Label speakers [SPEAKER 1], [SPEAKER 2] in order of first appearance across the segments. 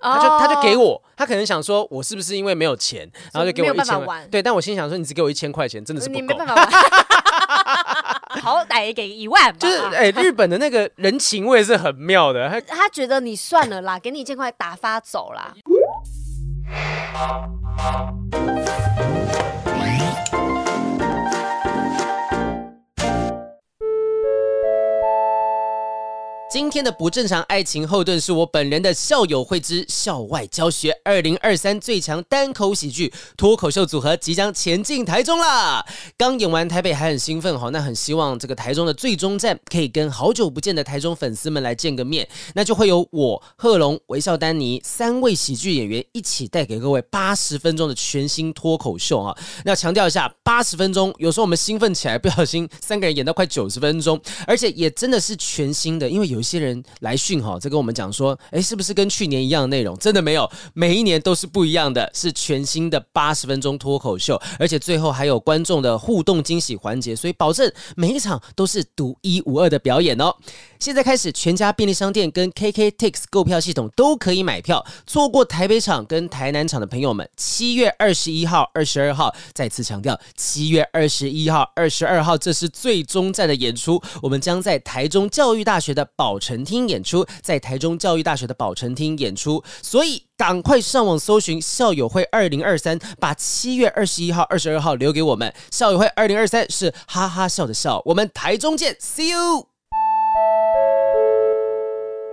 [SPEAKER 1] 他就
[SPEAKER 2] 哦
[SPEAKER 1] 他就给我，他可能想说，我是不是因为没有钱，然后就给我
[SPEAKER 2] 没有
[SPEAKER 1] 一
[SPEAKER 2] 办法
[SPEAKER 1] 千万？
[SPEAKER 2] 玩
[SPEAKER 1] 对，但我心想说，你只给我一千块钱，真的是不
[SPEAKER 2] 哦你没
[SPEAKER 1] 够。
[SPEAKER 2] 办法玩，好歹也给一万吧。
[SPEAKER 1] 就是哎、日本的那个人情味是很妙的。他
[SPEAKER 2] 他觉得你算了啦，给你一千块打发走啦。
[SPEAKER 1] 今天的不正常爱情后盾是我本人的校友会之校外教学二零二三最强单口喜剧脱口秀组合即将前进台中啦！刚演完台北还很兴奋哈，那很希望这个台中的最终站可以跟好久不见的台中粉丝们来见个面，那就会有我贺龙、微笑丹尼三位喜剧演员一起带给各位八十分钟的全新脱口秀啊！那强调一下，八十分钟，有时候我们兴奋起来，不小心三个人演到快九十分钟，而且也真的是全新的，因为有一些人来讯哈，在跟我们讲说，哎，是不是跟去年一样的内容？真的没有，每一年都是不一样的，是全新的八十分钟脱口秀，而且最后还有观众的互动惊喜环节，所以保证每一场都是独一无二的表演哦。现在开始，全家便利商店跟 KKTix 购票系统都可以买票。错过台北场跟台南场的朋友们，七月二十一号、二十二号，再次强调，七月二十一号、二十二号，这是最终站的演出。我们将在台中教育大学的宝城厅演出，在台中教育大学的宝城厅演出，所以。赶快上网搜寻校友会二零二三，把七月二十一号、二十二号留给我们。校友会二零二三是哈哈笑的笑，我们台中见，See you。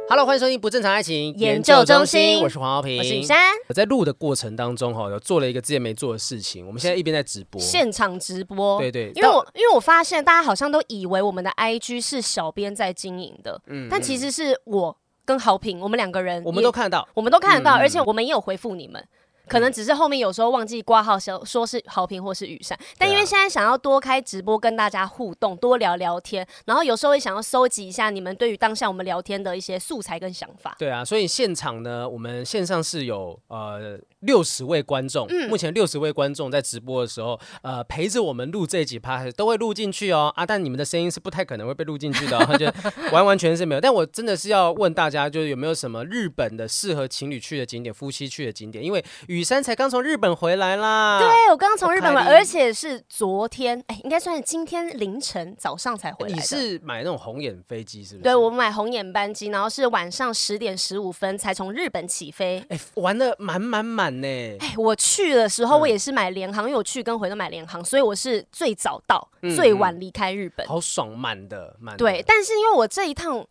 [SPEAKER 1] Hello，欢迎收听《不正常爱情
[SPEAKER 2] 研究中心
[SPEAKER 1] 我是黄浩平，
[SPEAKER 2] 我是雨。珊，
[SPEAKER 1] 我在录的过程当中哈，有做了一个之前没做的事情。我们现在一边在直播，
[SPEAKER 2] 现场直播。
[SPEAKER 1] 对对
[SPEAKER 2] 因为我因为我发现大家好像都以为我们的 IG 是小编在经营的，但其实是我跟豪平我们两个人也，
[SPEAKER 1] 嗯我们都看得到。
[SPEAKER 2] 我们都看得到，
[SPEAKER 1] 嗯
[SPEAKER 2] 而且我们也有回复你们。可能只是后面有时候忘记挂号，说说是好评或是雨伞，
[SPEAKER 1] 啊
[SPEAKER 2] 但因为现在想要多开直播跟大家互动，多聊聊天，然后有时候也想要收集一下你们对于当下我们聊天的一些素材跟想法。
[SPEAKER 1] 对啊，所以现场呢，我们线上是有呃六十位观众，
[SPEAKER 2] 嗯
[SPEAKER 1] 目前六十位观众在直播的时候，呃陪着我们录这一集 p o d 都会录进去哦。啊，但你们的声音是不太可能会被录进去的、哦，就 完完全是没有。但我真的是要问大家，就是有没有什么日本的适合情侣去的景点、夫妻去的景点？因为雨珊才刚从日本回来啦，
[SPEAKER 2] 对，我刚刚从日本回
[SPEAKER 1] 啊我
[SPEAKER 2] 来，
[SPEAKER 1] 开心
[SPEAKER 2] 而且是昨天，哎，应该算是今天凌晨早上才回来的。
[SPEAKER 1] 你是买那种红眼飞机是不是？
[SPEAKER 2] 对我买红眼班机，然后是晚上十点十五分才从日本起飞。
[SPEAKER 1] 哎、玩的满满满呢。
[SPEAKER 2] 哎，我去的时候
[SPEAKER 1] 嗯
[SPEAKER 2] 我也是买联航，因为我去跟回都买联航，所以我是最早到，最晚离开日本。
[SPEAKER 1] 嗯好哦爽，满的满的。
[SPEAKER 2] 对，但是因为我这一趟。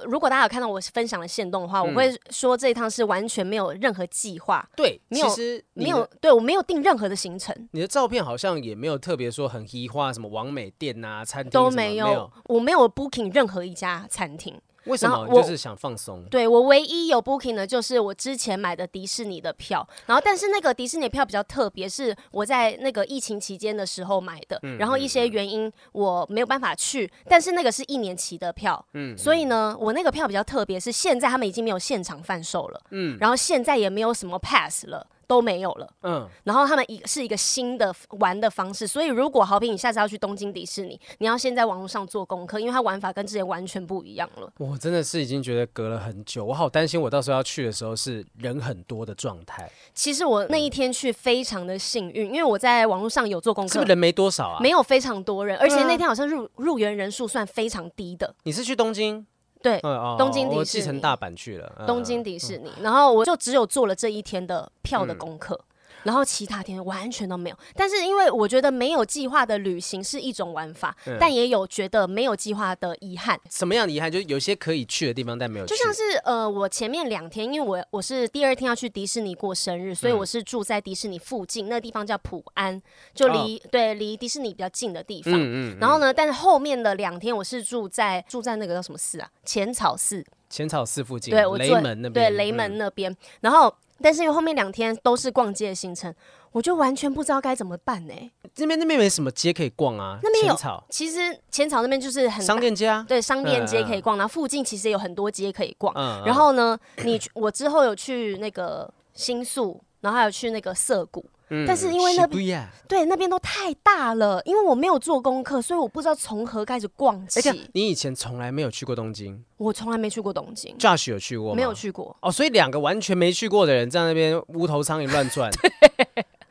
[SPEAKER 2] 如果大家有看到我分享的线动的话，我
[SPEAKER 1] 嗯
[SPEAKER 2] 会说这一趟是完全没有任何计划，
[SPEAKER 1] 对，
[SPEAKER 2] 没有
[SPEAKER 1] 其实你
[SPEAKER 2] 没
[SPEAKER 1] 的
[SPEAKER 2] 有对我没有定任何的行程，
[SPEAKER 1] 你的照片好像也没有特别说很移化什么王美店啊、餐厅
[SPEAKER 2] 都
[SPEAKER 1] 什么没
[SPEAKER 2] 有，我没有 booking 任何一家餐厅。
[SPEAKER 1] 为什
[SPEAKER 2] 然后
[SPEAKER 1] 么就
[SPEAKER 2] 我
[SPEAKER 1] 是想放松？
[SPEAKER 2] 对我唯一有 booking 的就是我之前买的迪士尼的票，然后但是那个迪士尼的票比较特别，是我在那个疫情期间的时候买的，然后一些原因我没有办法去，但是那个是一年期的票，嗯，所以呢，我那个票比较特别，是现在他们已经没有现场贩售了，嗯，然后现在也没有什么 pass 了。都没有了，
[SPEAKER 1] 嗯，
[SPEAKER 2] 然后他们一是一个新的玩的方式，所以如果好评，你下次要去东京迪士尼，你要先在网络上做功课，因为它玩法跟之前完全不一样了。
[SPEAKER 1] 我真的是已经觉得隔了很久，我好担心我到时候要去的时候是人很多的状态，
[SPEAKER 2] 其实我那一天去非常的幸运，因为我在网络上有做功课，
[SPEAKER 1] 是不是人没多少啊？嗯
[SPEAKER 2] 没，有非常多人，而且那天好像入入园人数算非常低的，
[SPEAKER 1] 你是去东京？
[SPEAKER 2] 对，
[SPEAKER 1] 嗯哦，
[SPEAKER 2] 东京
[SPEAKER 1] 哦
[SPEAKER 2] 迪
[SPEAKER 1] 我
[SPEAKER 2] 士
[SPEAKER 1] 继承
[SPEAKER 2] 尼
[SPEAKER 1] 大阪去了，嗯嗯
[SPEAKER 2] 东京迪士尼。然后我就只有做了这一天的票的功课，然后其他天完全都没有。但是因为我觉得没有计划的旅行是一种玩法，
[SPEAKER 1] 嗯
[SPEAKER 2] 但也有觉得没有计划的遗憾。
[SPEAKER 1] 什么样的遗憾？就是有些可以去的地方，但没有去。
[SPEAKER 2] 就像是呃，我前面两天，因为我我是第二天要去迪士尼过生日，所以
[SPEAKER 1] 嗯
[SPEAKER 2] 我是住在迪士尼附近，那个地方叫普安，就离、对离迪士尼比较近的地方。
[SPEAKER 1] 哦嗯嗯，
[SPEAKER 2] 然后呢？但是后面的两天我是住在住在那个叫什么寺啊？浅草寺，
[SPEAKER 1] 浅草寺附近，
[SPEAKER 2] 对我
[SPEAKER 1] 雷
[SPEAKER 2] 住在
[SPEAKER 1] 门那边，嗯
[SPEAKER 2] 对雷门那边。然后，但是因为后面两天都是逛街的行程，我就完全不知道该怎么办呢、
[SPEAKER 1] 嗯那边那边没什么街可以逛啊，
[SPEAKER 2] 那边有
[SPEAKER 1] 浅草
[SPEAKER 2] 其实浅草那边就是很大
[SPEAKER 1] 商店街啊，
[SPEAKER 2] 对商店街可以
[SPEAKER 1] 嗯
[SPEAKER 2] 逛，然后附近其实有很多街可以逛。
[SPEAKER 1] 嗯，嗯
[SPEAKER 2] 然后呢，你去我之后有去那个新宿，然后还有去那个涩谷，
[SPEAKER 1] 嗯
[SPEAKER 2] 但是因为那边
[SPEAKER 1] Shibuya
[SPEAKER 2] 对那边都太大了，因为我没有做功课，所以我不知道从何开始逛
[SPEAKER 1] 哎，这
[SPEAKER 2] 起
[SPEAKER 1] 样。你以前从来没有去过东京
[SPEAKER 2] 我从来没去过东京，
[SPEAKER 1] ，Josh 有去过吗？
[SPEAKER 2] 没有。去过。
[SPEAKER 1] 哦，所以两个完全没去过的人在那边无头苍蝇乱 转，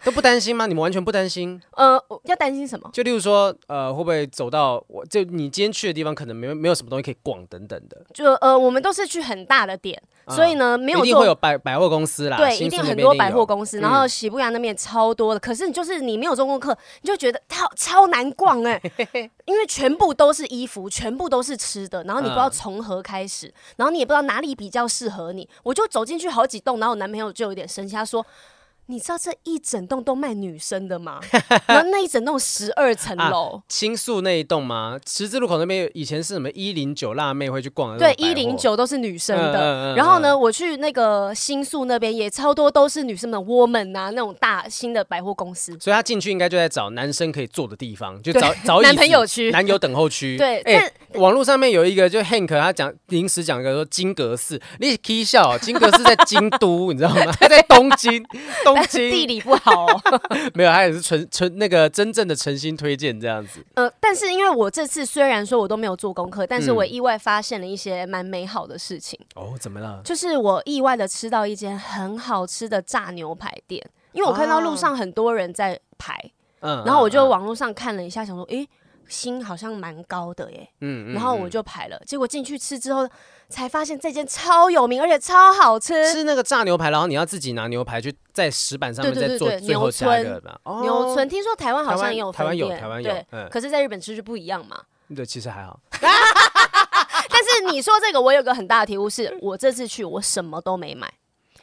[SPEAKER 1] 都不担心吗？你们完全不担心？
[SPEAKER 2] 呃，我要担心什么？
[SPEAKER 1] 就例如说，呃，会不会走到我就你今天去的地方，可能没有没有什么东西可以逛等等的，
[SPEAKER 2] 就呃，我们都是去很大的点，
[SPEAKER 1] 啊
[SPEAKER 2] 所以呢，没有
[SPEAKER 1] 一定会有
[SPEAKER 2] 做。
[SPEAKER 1] 百百货公司啦，
[SPEAKER 2] 对，
[SPEAKER 1] 新
[SPEAKER 2] 一
[SPEAKER 1] 宿
[SPEAKER 2] 定
[SPEAKER 1] 啊那边
[SPEAKER 2] 很
[SPEAKER 1] 一
[SPEAKER 2] 多百货
[SPEAKER 1] 有嗯
[SPEAKER 2] 公司，然后喜布亚那边也超多的。可是你就是你没有做功课，你就觉得它超难逛 哎、因为全部都是衣服，全部都是吃的，然后你不知道
[SPEAKER 1] 嗯
[SPEAKER 2] 从何开始，然后你也不知道哪里比较适合你。我就走进去好几栋，然后我男朋友就有点生气，他说。你知道这一整栋都卖女生的吗？然后那一整栋十二层
[SPEAKER 1] 啊
[SPEAKER 2] 楼，
[SPEAKER 1] 新宿那一栋吗？十字路口那边有以前是什么一零九辣妹会去逛的那
[SPEAKER 2] 对，
[SPEAKER 1] 种百
[SPEAKER 2] 一
[SPEAKER 1] 货，
[SPEAKER 2] 零九都是女生的。
[SPEAKER 1] 嗯嗯嗯
[SPEAKER 2] 然后呢，我去那个新宿那边也超多都是女生的 woman 啊，那种大新的百货公司。
[SPEAKER 1] 所以他进去应该就在找男生可以坐的地方，就找找椅子
[SPEAKER 2] 男朋友区
[SPEAKER 1] 男友等候区。
[SPEAKER 2] 对
[SPEAKER 1] 哎、网络上面有一个，就 Hank 他讲临时讲一个说金阁寺，你 K 笑，哦金阁寺在京都，你知道吗？ 他在东京，东
[SPEAKER 2] 但是地
[SPEAKER 1] 京
[SPEAKER 2] 理不好、 哦，
[SPEAKER 1] 没有，他也是纯纯那个真正的诚心推荐这样子。
[SPEAKER 2] 呃，但是因为我这次虽然说我都没有做功课，但是
[SPEAKER 1] 嗯
[SPEAKER 2] 我意外发现了一些蛮美好的事情，
[SPEAKER 1] 哦，怎么了？
[SPEAKER 2] 就是我意外的吃到一间很好吃的炸牛排店，因为我看到路上很多人在排，
[SPEAKER 1] 哦嗯
[SPEAKER 2] 然后我就
[SPEAKER 1] 嗯
[SPEAKER 2] 网络上看了一下，想说，诶、心好像蛮高的耶，
[SPEAKER 1] 嗯
[SPEAKER 2] 然后我就排了，结果进去吃之后，才发现这间超有名，而且超好吃。
[SPEAKER 1] 吃那个炸牛排，然后你要自己拿牛排去在石板上面
[SPEAKER 2] 对对
[SPEAKER 1] 再
[SPEAKER 2] 对
[SPEAKER 1] 做
[SPEAKER 2] 对
[SPEAKER 1] 最后
[SPEAKER 2] 牛
[SPEAKER 1] 加一
[SPEAKER 2] 村
[SPEAKER 1] 个吧。哦
[SPEAKER 2] 牛村，听说台湾好
[SPEAKER 1] 台湾
[SPEAKER 2] 像也有
[SPEAKER 1] 台湾
[SPEAKER 2] 分
[SPEAKER 1] 有
[SPEAKER 2] 店，
[SPEAKER 1] 台湾有
[SPEAKER 2] 对，
[SPEAKER 1] 嗯
[SPEAKER 2] 可是在日本吃就不一样嘛。
[SPEAKER 1] 对，其实还好。
[SPEAKER 2] 但是你说这个，我有个很大的体悟是，我这次去我什么都没买，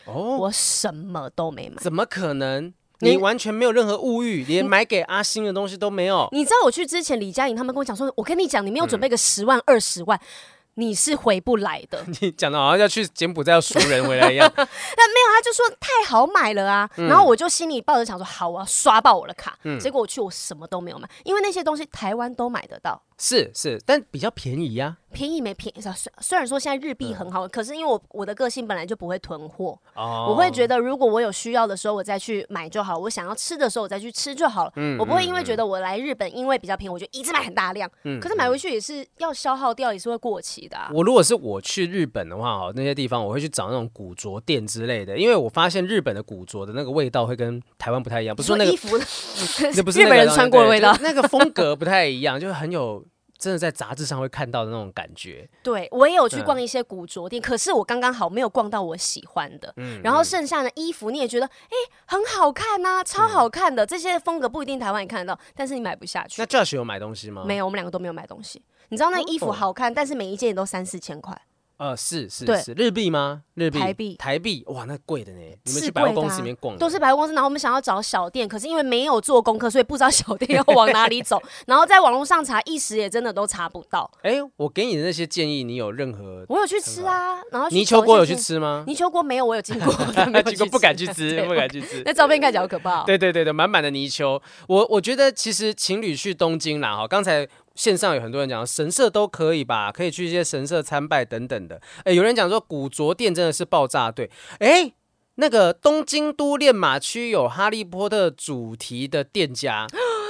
[SPEAKER 1] 哦，
[SPEAKER 2] 我什么都没买。
[SPEAKER 1] 怎么可能？
[SPEAKER 2] 你
[SPEAKER 1] 你完全没有任何物欲，连买给阿星的东西都没有。
[SPEAKER 2] 你知道我去之前，李佳颖他们跟我讲说，我跟你讲，你没有准备个十万二十万，你是回不来的。
[SPEAKER 1] 你讲的好像要去柬埔寨要赎人回来一样。
[SPEAKER 2] 他就说太好买了啊，然后我就心里抱着想说，好，我要刷爆我的卡。结果我去，我什么都没有买，因为那些东西台湾都买得到。
[SPEAKER 1] 是是，但比较便宜啊呀、
[SPEAKER 2] 便宜没便宜，虽虽然说现在日币很好，可是因为我我的个性本来就不会囤货，
[SPEAKER 1] 嗯哦，
[SPEAKER 2] 我会觉得如果我有需要的时候我再去买就好，我想要吃的时候我再去吃就好了。
[SPEAKER 1] 嗯
[SPEAKER 2] 我不会因为觉得我来日本因为比较便宜，我就一直买很大量，可是买回去也是要消耗掉，也是会过期的、啊。
[SPEAKER 1] 嗯我如果是我去日本的话，哈，那些地方我会去找那种古着店之类的，因为我发现日本的古着的那个味道会跟台湾不太一样，不是说那
[SPEAKER 2] 衣服
[SPEAKER 1] 个，嗯
[SPEAKER 2] 的，
[SPEAKER 1] 那不是
[SPEAKER 2] 日
[SPEAKER 1] 那
[SPEAKER 2] 本
[SPEAKER 1] 个
[SPEAKER 2] 人
[SPEAKER 1] 东西
[SPEAKER 2] 穿过的
[SPEAKER 1] 对
[SPEAKER 2] 味道
[SPEAKER 1] 就是。那个风格不太一样， 就是很有真的在杂志上会看到的那种感觉。
[SPEAKER 2] 对我也有去
[SPEAKER 1] 对嗯
[SPEAKER 2] 逛一些古着店，可是我刚刚好没有逛到我喜欢的。
[SPEAKER 1] 嗯
[SPEAKER 2] 然后剩下的衣服你也觉得，哎、很好看呐、
[SPEAKER 1] 嗯
[SPEAKER 2] 超好看的。这些风格不一定台湾也看得到，但是你买不下去
[SPEAKER 1] 那。Josh 有买东西吗？
[SPEAKER 2] 没，有，我们两个都没有买东西。你知道那衣服
[SPEAKER 1] 嗯哦
[SPEAKER 2] 好看，但是每一件也都三四千块，
[SPEAKER 1] 呃，是是
[SPEAKER 2] 对
[SPEAKER 1] 是，日币吗？日币、
[SPEAKER 2] 台币
[SPEAKER 1] 台币，哇，那贵的呢。你们
[SPEAKER 2] 是
[SPEAKER 1] 去百货
[SPEAKER 2] 贵的
[SPEAKER 1] 公司里
[SPEAKER 2] 啊
[SPEAKER 1] 面逛的，
[SPEAKER 2] 都是百货公司。然后我们想要找小店，可是因为没有做功课，所以不知道小店要往哪里 走。然后在网络上查，一时也真的都查不到。
[SPEAKER 1] 哎、我给你的那些建议，你有任何？
[SPEAKER 2] 我有去吃啊，然后去
[SPEAKER 1] 哦泥鳅锅有去
[SPEAKER 2] 走一些
[SPEAKER 1] 吃吗？
[SPEAKER 2] 泥鳅锅没有，我有经过，但 没有啊
[SPEAKER 1] 结果不敢去
[SPEAKER 2] 对
[SPEAKER 1] 吃，
[SPEAKER 2] 我
[SPEAKER 1] 不敢去吃。
[SPEAKER 2] 那照片看起来好可怕、哦。
[SPEAKER 1] 对对对对，满满的泥鳅。我我觉得其实情侣去东京啦，哈，刚才线上有很多人讲神社都可以吧，可以去一些神社参拜等等的。哎，有人讲说古着店真的是爆炸队，哎。那个东京都练马区有《哈利波特》主题的 店家，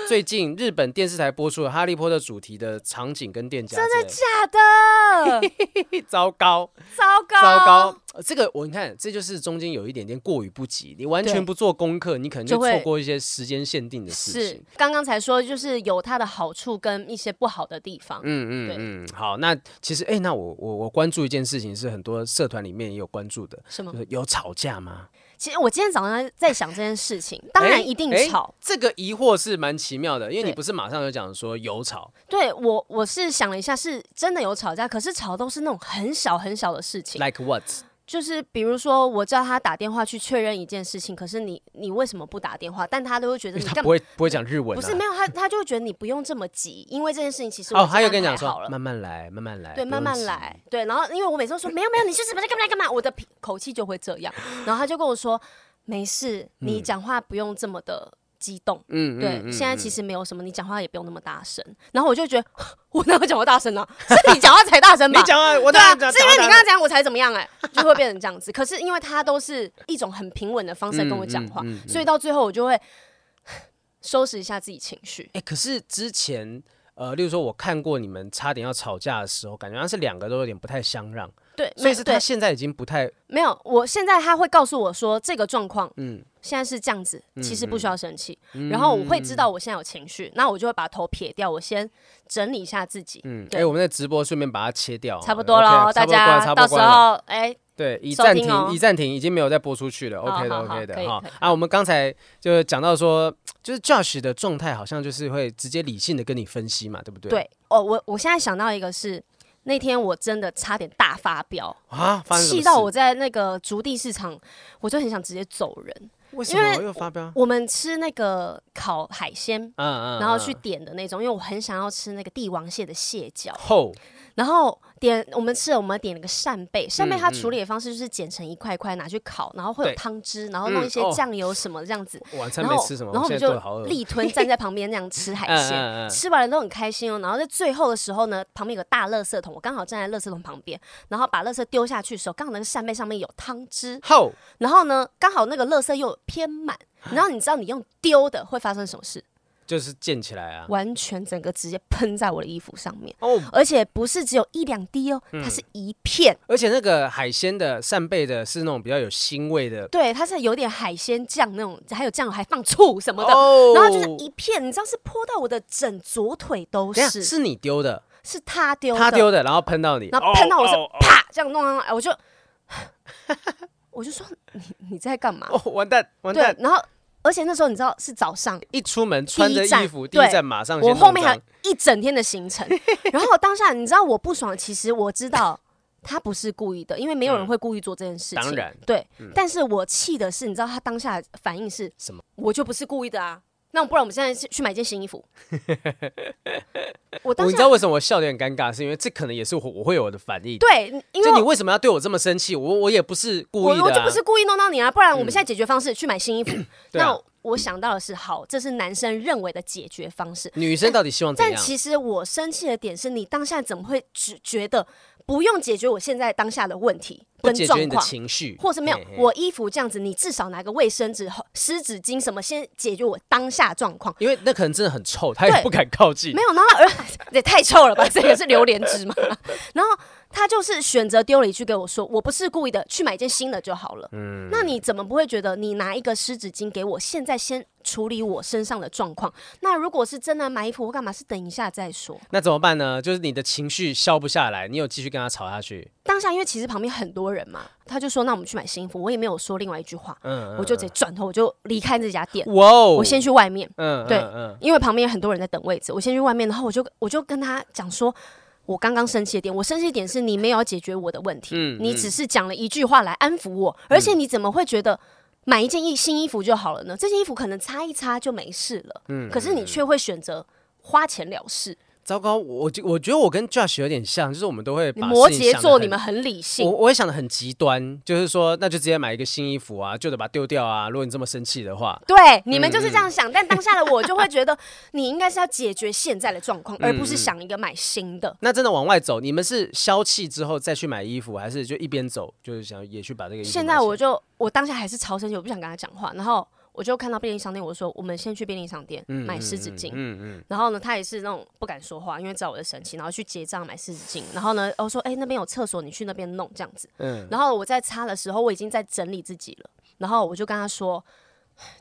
[SPEAKER 1] 最近日本电视台播出了《哈利波特》主题的场景跟店家，真的
[SPEAKER 2] 假的，
[SPEAKER 1] 糟糕。
[SPEAKER 2] 糟糕，
[SPEAKER 1] 糟糕，呃这个我你看，这就是中间有一点点过于不及，你完全
[SPEAKER 2] 对
[SPEAKER 1] 不做功课，你可能就
[SPEAKER 2] 就会
[SPEAKER 1] 错过一些时间限定的事
[SPEAKER 2] 是
[SPEAKER 1] 情。
[SPEAKER 2] 刚刚才说，就是有它的好处跟一些不好的地方。
[SPEAKER 1] 嗯
[SPEAKER 2] 对
[SPEAKER 1] 嗯嗯，好，那其实哎、那我我我关注一件事情，是很多社团里面也有关注的，
[SPEAKER 2] 什么
[SPEAKER 1] 就是有吵架吗？
[SPEAKER 2] 其实我今天早上在想这件事情，当然一定
[SPEAKER 1] 哎哎
[SPEAKER 2] 吵。
[SPEAKER 1] 这个疑惑是蛮奇妙的，因为你
[SPEAKER 2] 对
[SPEAKER 1] 不是马上就讲说有吵，
[SPEAKER 2] 对我，我是想了一下，是真的有吵架，可是吵都是那种很小很小的事情，
[SPEAKER 1] like what？
[SPEAKER 2] 就是比如说我叫他打电话去确认一件事情，可是你你为什么不打电话？但他都会觉得
[SPEAKER 1] 因
[SPEAKER 2] 你
[SPEAKER 1] 为他
[SPEAKER 2] 干
[SPEAKER 1] 不
[SPEAKER 2] 嘛？
[SPEAKER 1] 会不会讲日文、啊，
[SPEAKER 2] 不是没有他，他就会觉得你不用这么急，因为这件事情其实我
[SPEAKER 1] 哦，
[SPEAKER 2] 已经
[SPEAKER 1] 他又跟你
[SPEAKER 2] 安
[SPEAKER 1] 讲
[SPEAKER 2] 排好
[SPEAKER 1] 说
[SPEAKER 2] 了，
[SPEAKER 1] 慢慢来，慢慢来，
[SPEAKER 2] 对，
[SPEAKER 1] 不
[SPEAKER 2] 慢
[SPEAKER 1] 用
[SPEAKER 2] 慢
[SPEAKER 1] 急
[SPEAKER 2] 来。，对。然后因为我每次都说没有没有，你去日本在干嘛干嘛，我的脾口气就会这样。然后他就跟我说，没事，你讲话不用这么的激动。
[SPEAKER 1] 嗯，
[SPEAKER 2] 对，
[SPEAKER 1] 嗯
[SPEAKER 2] 现在其实没有什么，你讲话也不用那么大声。然后我就觉得， 我哪有讲话大声呢、 是你讲话才大声吧？
[SPEAKER 1] 你讲啊，我
[SPEAKER 2] 对啊，
[SPEAKER 1] 当然
[SPEAKER 2] 是因为
[SPEAKER 1] 打
[SPEAKER 2] 你
[SPEAKER 1] 打
[SPEAKER 2] 刚刚讲我才怎么样哎、就会变成这样子。可是因为他都是一种很平稳的方式在跟我讲话，
[SPEAKER 1] 嗯嗯嗯嗯
[SPEAKER 2] 所以到最后我就会 收拾一下自己情绪。
[SPEAKER 1] 哎、可是之前呃，例如说我看过你们差点要吵架的时候，感觉像是两个都有点不太相让，
[SPEAKER 2] 对，
[SPEAKER 1] 所
[SPEAKER 2] 没
[SPEAKER 1] 以
[SPEAKER 2] 有
[SPEAKER 1] 是
[SPEAKER 2] 对
[SPEAKER 1] 他现在已经不太
[SPEAKER 2] 没有，我现在他会告诉我说这个状况，
[SPEAKER 1] 嗯
[SPEAKER 2] 嗯，现在是这样子，其实不需要生气。然后我会知
[SPEAKER 1] 嗯
[SPEAKER 2] 道我现在有情绪，那我就会把头撇掉，我先整理一下自己。嗯，，
[SPEAKER 1] 嗯哎、
[SPEAKER 2] 对，
[SPEAKER 1] 我们在直播顺便把它切掉好了，啊
[SPEAKER 2] 差不多喽
[SPEAKER 1] OK，差
[SPEAKER 2] 大
[SPEAKER 1] 不多关了
[SPEAKER 2] 家
[SPEAKER 1] 差不
[SPEAKER 2] 到
[SPEAKER 1] 多
[SPEAKER 2] 时
[SPEAKER 1] 关了
[SPEAKER 2] 候哎，
[SPEAKER 1] 对，已
[SPEAKER 2] 收
[SPEAKER 1] 暂
[SPEAKER 2] 听
[SPEAKER 1] 停，
[SPEAKER 2] 哦
[SPEAKER 1] 已暂停，已经没有再播出去了。
[SPEAKER 2] 好
[SPEAKER 1] OK 的
[SPEAKER 2] 好好
[SPEAKER 1] ，OK 的
[SPEAKER 2] 可以
[SPEAKER 1] 哈
[SPEAKER 2] 可以。
[SPEAKER 1] 啊，我们刚才就是讲到说，就是 Josh 的状态好像就是会直接理性的跟你分析嘛，对不对？
[SPEAKER 2] 对哦，我我现在想到一个是那天我真的差点大发飙，
[SPEAKER 1] 啊，发生什么
[SPEAKER 2] 气到
[SPEAKER 1] 事
[SPEAKER 2] 我，在那个竹地市场，我就很想直接走人。
[SPEAKER 1] 为什
[SPEAKER 2] 因为
[SPEAKER 1] 么又发飙？
[SPEAKER 2] 我们吃那个烤海鲜，
[SPEAKER 1] 嗯嗯，
[SPEAKER 2] 然后
[SPEAKER 1] 嗯
[SPEAKER 2] 去点的那种，因为我很想要吃那个帝王蟹的蟹脚。
[SPEAKER 1] 后
[SPEAKER 2] 然后点我们吃了，我们点了个扇贝，扇贝它
[SPEAKER 1] 嗯
[SPEAKER 2] 处理的方式就是剪成一块一块拿去烤，然后会
[SPEAKER 1] 对
[SPEAKER 2] 有汤汁，然后弄
[SPEAKER 1] 嗯
[SPEAKER 2] 一些
[SPEAKER 1] 哦
[SPEAKER 2] 酱油什么这样子。
[SPEAKER 1] 晚餐
[SPEAKER 2] 然
[SPEAKER 1] 没
[SPEAKER 2] 后
[SPEAKER 1] 吃什么，
[SPEAKER 2] 然后我
[SPEAKER 1] 现
[SPEAKER 2] 们
[SPEAKER 1] 在肚子好
[SPEAKER 2] 就
[SPEAKER 1] 饿。
[SPEAKER 2] 力吞站在旁边那样吃海
[SPEAKER 1] 嗯嗯
[SPEAKER 2] 鲜，
[SPEAKER 1] 嗯
[SPEAKER 2] 吃完了都很开心哦。然后在最后的时候呢，旁边有个大垃圾桶，我刚好站在垃圾桶旁边，然后把垃圾丢下去的时候，刚好那个扇贝上面有汤汁，
[SPEAKER 1] 后
[SPEAKER 2] 然后呢，刚好那个垃圾又偏满，然后你知道你用丢的会发生什么事？
[SPEAKER 1] 就是溅起来啊。
[SPEAKER 2] 完全整个直接喷在我的衣服上面，
[SPEAKER 1] 哦，
[SPEAKER 2] 而且不是只有一两滴哦，
[SPEAKER 1] 嗯
[SPEAKER 2] 它是一片。
[SPEAKER 1] 而且那个海鲜的扇贝的是那种比较有腥味的，
[SPEAKER 2] 对，它是有点海鲜酱那种，还有酱油，还放醋什么的，
[SPEAKER 1] 哦
[SPEAKER 2] 然后就是一片，你知道是泼到我的整左腿都
[SPEAKER 1] 等一下
[SPEAKER 2] 是，
[SPEAKER 1] 是你丢的，
[SPEAKER 2] 是他丢的，
[SPEAKER 1] 他丢的，然后喷到你，
[SPEAKER 2] 然后
[SPEAKER 1] 哦
[SPEAKER 2] 喷到我是
[SPEAKER 1] 哦
[SPEAKER 2] 啪这样弄上来，我 就我就说你你在干嘛？
[SPEAKER 1] 哦，完蛋完
[SPEAKER 2] 对
[SPEAKER 1] 蛋，！
[SPEAKER 2] 然后而且那时候你知道是早上，
[SPEAKER 1] 一出门穿着
[SPEAKER 2] 第一站
[SPEAKER 1] 衣服，第
[SPEAKER 2] 对
[SPEAKER 1] 一站马上先
[SPEAKER 2] 我后
[SPEAKER 1] 弄
[SPEAKER 2] 面还
[SPEAKER 1] 脏
[SPEAKER 2] 有一整天的行 程，然后当下你知道我不爽，其实我知道。他不是故意的，因为没有
[SPEAKER 1] 嗯
[SPEAKER 2] 人会故意做这件事情。
[SPEAKER 1] 当然嗯
[SPEAKER 2] 对。但是我气的是，你知道他当下的反应是
[SPEAKER 1] 什么？
[SPEAKER 2] 我就不是故意的啊！那不然我们现在去去买件新衣 服。我当下
[SPEAKER 1] 我哦你知道为什么我笑得有点尴尬，是因为这可能也是我我会有我的反应。
[SPEAKER 2] 对，因为
[SPEAKER 1] 就你
[SPEAKER 2] 我
[SPEAKER 1] 为什么要对我这么生气？我我也不是故意的、啊，嗯
[SPEAKER 2] 我我就不是故意弄到你啊，不然我们现在解决方式去买新衣服。
[SPEAKER 1] 对啊
[SPEAKER 2] 那我想到的是，好，这是男生认为的解决方式，
[SPEAKER 1] 女生到底希望怎
[SPEAKER 2] 但
[SPEAKER 1] 样？
[SPEAKER 2] 其实我生气的点是你当下怎么会只觉得不用解决我现在当下的问题
[SPEAKER 1] 不
[SPEAKER 2] 跟
[SPEAKER 1] 解决
[SPEAKER 2] 状
[SPEAKER 1] 你的
[SPEAKER 2] 况，
[SPEAKER 1] 情绪，
[SPEAKER 2] 或是没有
[SPEAKER 1] 嘿嘿
[SPEAKER 2] 我衣服这样子，你至少拿个卫生纸、湿纸巾什么，先解决我当下状况。
[SPEAKER 1] 因为那可能真的很臭，他也
[SPEAKER 2] 对嗯
[SPEAKER 1] 不敢靠近
[SPEAKER 2] 没。有，然后而也太臭了吧？ 这个是榴莲汁吗？ 然后他就是选择丢了一句给我说：“我不是故意的，去买一件新的就好了。”嗯，那你怎么不会觉得你拿一个湿纸巾给我，现在先处理我身上的状况？那如果是真的买衣服，我干嘛是等一下再说？
[SPEAKER 1] 那怎么办呢？就是你的情绪消不下来，你有继续跟他吵下去，
[SPEAKER 2] 当下因为其实旁边很多人嘛，他就说那我们去买新衣服，我也没有说另外一句话，
[SPEAKER 1] 嗯，嗯
[SPEAKER 2] 我就直接转头我就离开这家店，
[SPEAKER 1] 哇哦，
[SPEAKER 2] 我先去外面，
[SPEAKER 1] 嗯，嗯
[SPEAKER 2] 对
[SPEAKER 1] 嗯，
[SPEAKER 2] 因为旁边有很多人在等位置，我先去外面，然后我就我就跟他讲说。我刚刚生气的点，我生气的点是你没有要解决我的问题，
[SPEAKER 1] 嗯
[SPEAKER 2] 你
[SPEAKER 1] 嗯
[SPEAKER 2] 只是讲了一句话来安抚我，而且你怎么会觉得买一件衣新衣服就好了呢？这件衣服可能擦一擦就没事了，
[SPEAKER 1] 嗯
[SPEAKER 2] 可是你却会选择花钱了事。
[SPEAKER 1] 哦糟糕，我就我觉得我跟 Josh 有点像，就是我们都会把
[SPEAKER 2] 摩
[SPEAKER 1] 事情
[SPEAKER 2] 羯
[SPEAKER 1] 想得
[SPEAKER 2] 座，
[SPEAKER 1] 很
[SPEAKER 2] 你们很理性
[SPEAKER 1] 我，我会想的很极端，就是说那就直接买一个新衣服啊，旧的把它丢掉啊。如果你这么生气的话，
[SPEAKER 2] 对，你们就是
[SPEAKER 1] 嗯
[SPEAKER 2] 这样想，但当下的我就会觉得，你应该是要解决现在的状 况，而不
[SPEAKER 1] 嗯
[SPEAKER 2] 是想一个买新的。
[SPEAKER 1] 那真的往外走，你们是消气之后再去买衣服，还是就一边走就是想也去把这个衣服买起来？
[SPEAKER 2] 现在我就我当下还是超生气，我不想跟他讲话，然后我就看到便利商店，我说我们先去便利商店买湿纸巾。
[SPEAKER 1] 嗯嗯，
[SPEAKER 2] 然后呢，他也是那种不敢说话，因为知道我在生气，然后去结账买湿纸巾。然后呢，我说：“哎、那边有厕所，你去那边弄这样子。”
[SPEAKER 1] 嗯
[SPEAKER 2] 然后我在擦的时候，我已经在整理自己了。然后我就跟他说：“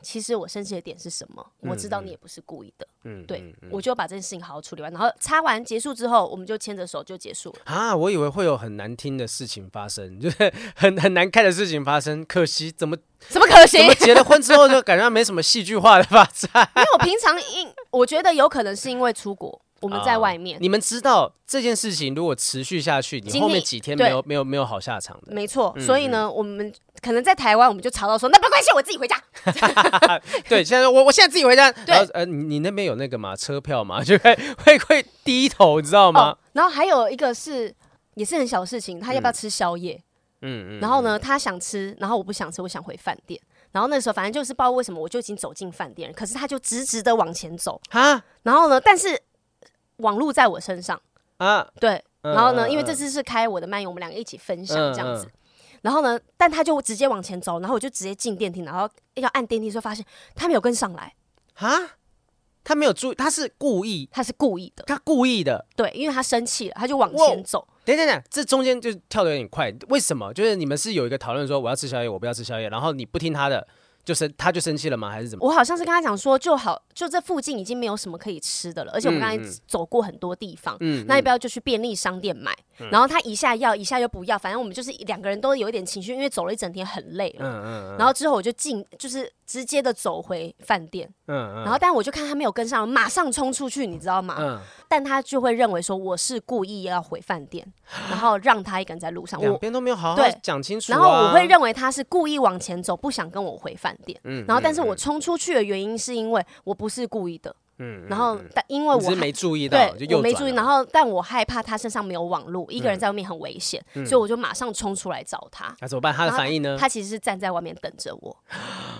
[SPEAKER 2] 其实我生气的点是什么？我知道
[SPEAKER 1] 嗯
[SPEAKER 2] 你也不是故意的，
[SPEAKER 1] 嗯，
[SPEAKER 2] 对
[SPEAKER 1] 嗯嗯
[SPEAKER 2] 我就把这件事情好好处理完，然后擦完结束之后，我们就牵着手就结束了。
[SPEAKER 1] 啊，我以为会有很难听的事情发生，就是很很难看的事情发生。可惜怎么
[SPEAKER 2] 怎么可
[SPEAKER 1] 怎么结了婚之后就感觉没什么戏剧化的发 展。
[SPEAKER 2] 因为我平常因我觉得有可能是因为出国，我们在外面，
[SPEAKER 1] 啊你们知道这件事情如果持续下去，你
[SPEAKER 2] 经
[SPEAKER 1] 后面
[SPEAKER 2] 历
[SPEAKER 1] 几天
[SPEAKER 2] 对
[SPEAKER 1] 没有没有没有好下场的。
[SPEAKER 2] 没错，所以
[SPEAKER 1] 嗯
[SPEAKER 2] 呢，我们可能在台湾我们就吵到说，那没关系，我自己回家。
[SPEAKER 1] 对，现在我我现在自己回家，然后呃，你你那边有那个嘛车票嘛， 就会会会低头，你知道吗
[SPEAKER 2] 哦？，然后还有一个是也是很小的事情，他要不要吃宵夜？
[SPEAKER 1] 嗯嗯。
[SPEAKER 2] 然后呢，他想吃，然后我不想吃，我想回饭店。然后那时候反正就是不知道为什么，我就已经走进饭店了，可是他就直直的往前走。
[SPEAKER 1] 啊
[SPEAKER 2] 然后呢，但是网路在我身上，
[SPEAKER 1] 啊，
[SPEAKER 2] 对。
[SPEAKER 1] 嗯
[SPEAKER 2] 然后
[SPEAKER 1] 嗯
[SPEAKER 2] 呢，因为
[SPEAKER 1] 嗯
[SPEAKER 2] 这次是开我的漫游，我们两个一起分享
[SPEAKER 1] 嗯
[SPEAKER 2] 这样子
[SPEAKER 1] 嗯。
[SPEAKER 2] 然后呢，但他就直接往前走，然后我就直接进电梯，然后要按电梯的时候发现他没有跟上来，
[SPEAKER 1] 啊，他没有注意，他是故意，
[SPEAKER 2] 他是故意的，
[SPEAKER 1] 他故意的。
[SPEAKER 2] 对，因为他生气了，他就往
[SPEAKER 1] 哇哦
[SPEAKER 2] 前走。
[SPEAKER 1] 等一下等一下，这中间就跳的有点快，为什么？就是你们是有一个讨论说我要吃宵夜，我不要吃宵夜，然后你不听他的，就生他就生气了吗？还是怎么？
[SPEAKER 2] 我好像是跟他讲说，就好，就这附近已经没有什么可以吃的了，而且我们刚
[SPEAKER 1] 嗯嗯
[SPEAKER 2] 才走过很多地方，
[SPEAKER 1] 嗯
[SPEAKER 2] 那要不要就去便利商店买？然后他一下要，一下又不要，反正我们就是两个人都有一点情绪，因为走了一整天很累了。
[SPEAKER 1] 嗯嗯
[SPEAKER 2] 然后之后我就进，就是直接的走回饭店，
[SPEAKER 1] 嗯嗯
[SPEAKER 2] 然后但我就看他没有跟上，马上冲出去，你知道吗？
[SPEAKER 1] 嗯，
[SPEAKER 2] 但他就会认为说我是故意要回饭店，然后让他一个人在路上，
[SPEAKER 1] 两
[SPEAKER 2] 我
[SPEAKER 1] 边都没有好好
[SPEAKER 2] 对
[SPEAKER 1] 讲清楚、啊。
[SPEAKER 2] 然后我会认为他是故意往前走，不想跟我回饭店。
[SPEAKER 1] 嗯
[SPEAKER 2] 然后，但是我冲出去的原因是因为我不是故意的，
[SPEAKER 1] 嗯，嗯
[SPEAKER 2] 然后
[SPEAKER 1] 嗯
[SPEAKER 2] 但因为我
[SPEAKER 1] 你只是
[SPEAKER 2] 害
[SPEAKER 1] 没注意到，就
[SPEAKER 2] 对
[SPEAKER 1] 右
[SPEAKER 2] 我没注意，然
[SPEAKER 1] 后
[SPEAKER 2] 后但我害怕他身上没有网络，一个
[SPEAKER 1] 嗯
[SPEAKER 2] 人在外面很危险，所以我就马上冲出来找他。
[SPEAKER 1] 啊那、怎么办？嗯他的
[SPEAKER 2] 然后
[SPEAKER 1] 反应呢？
[SPEAKER 2] 他其实是站在外面等着我，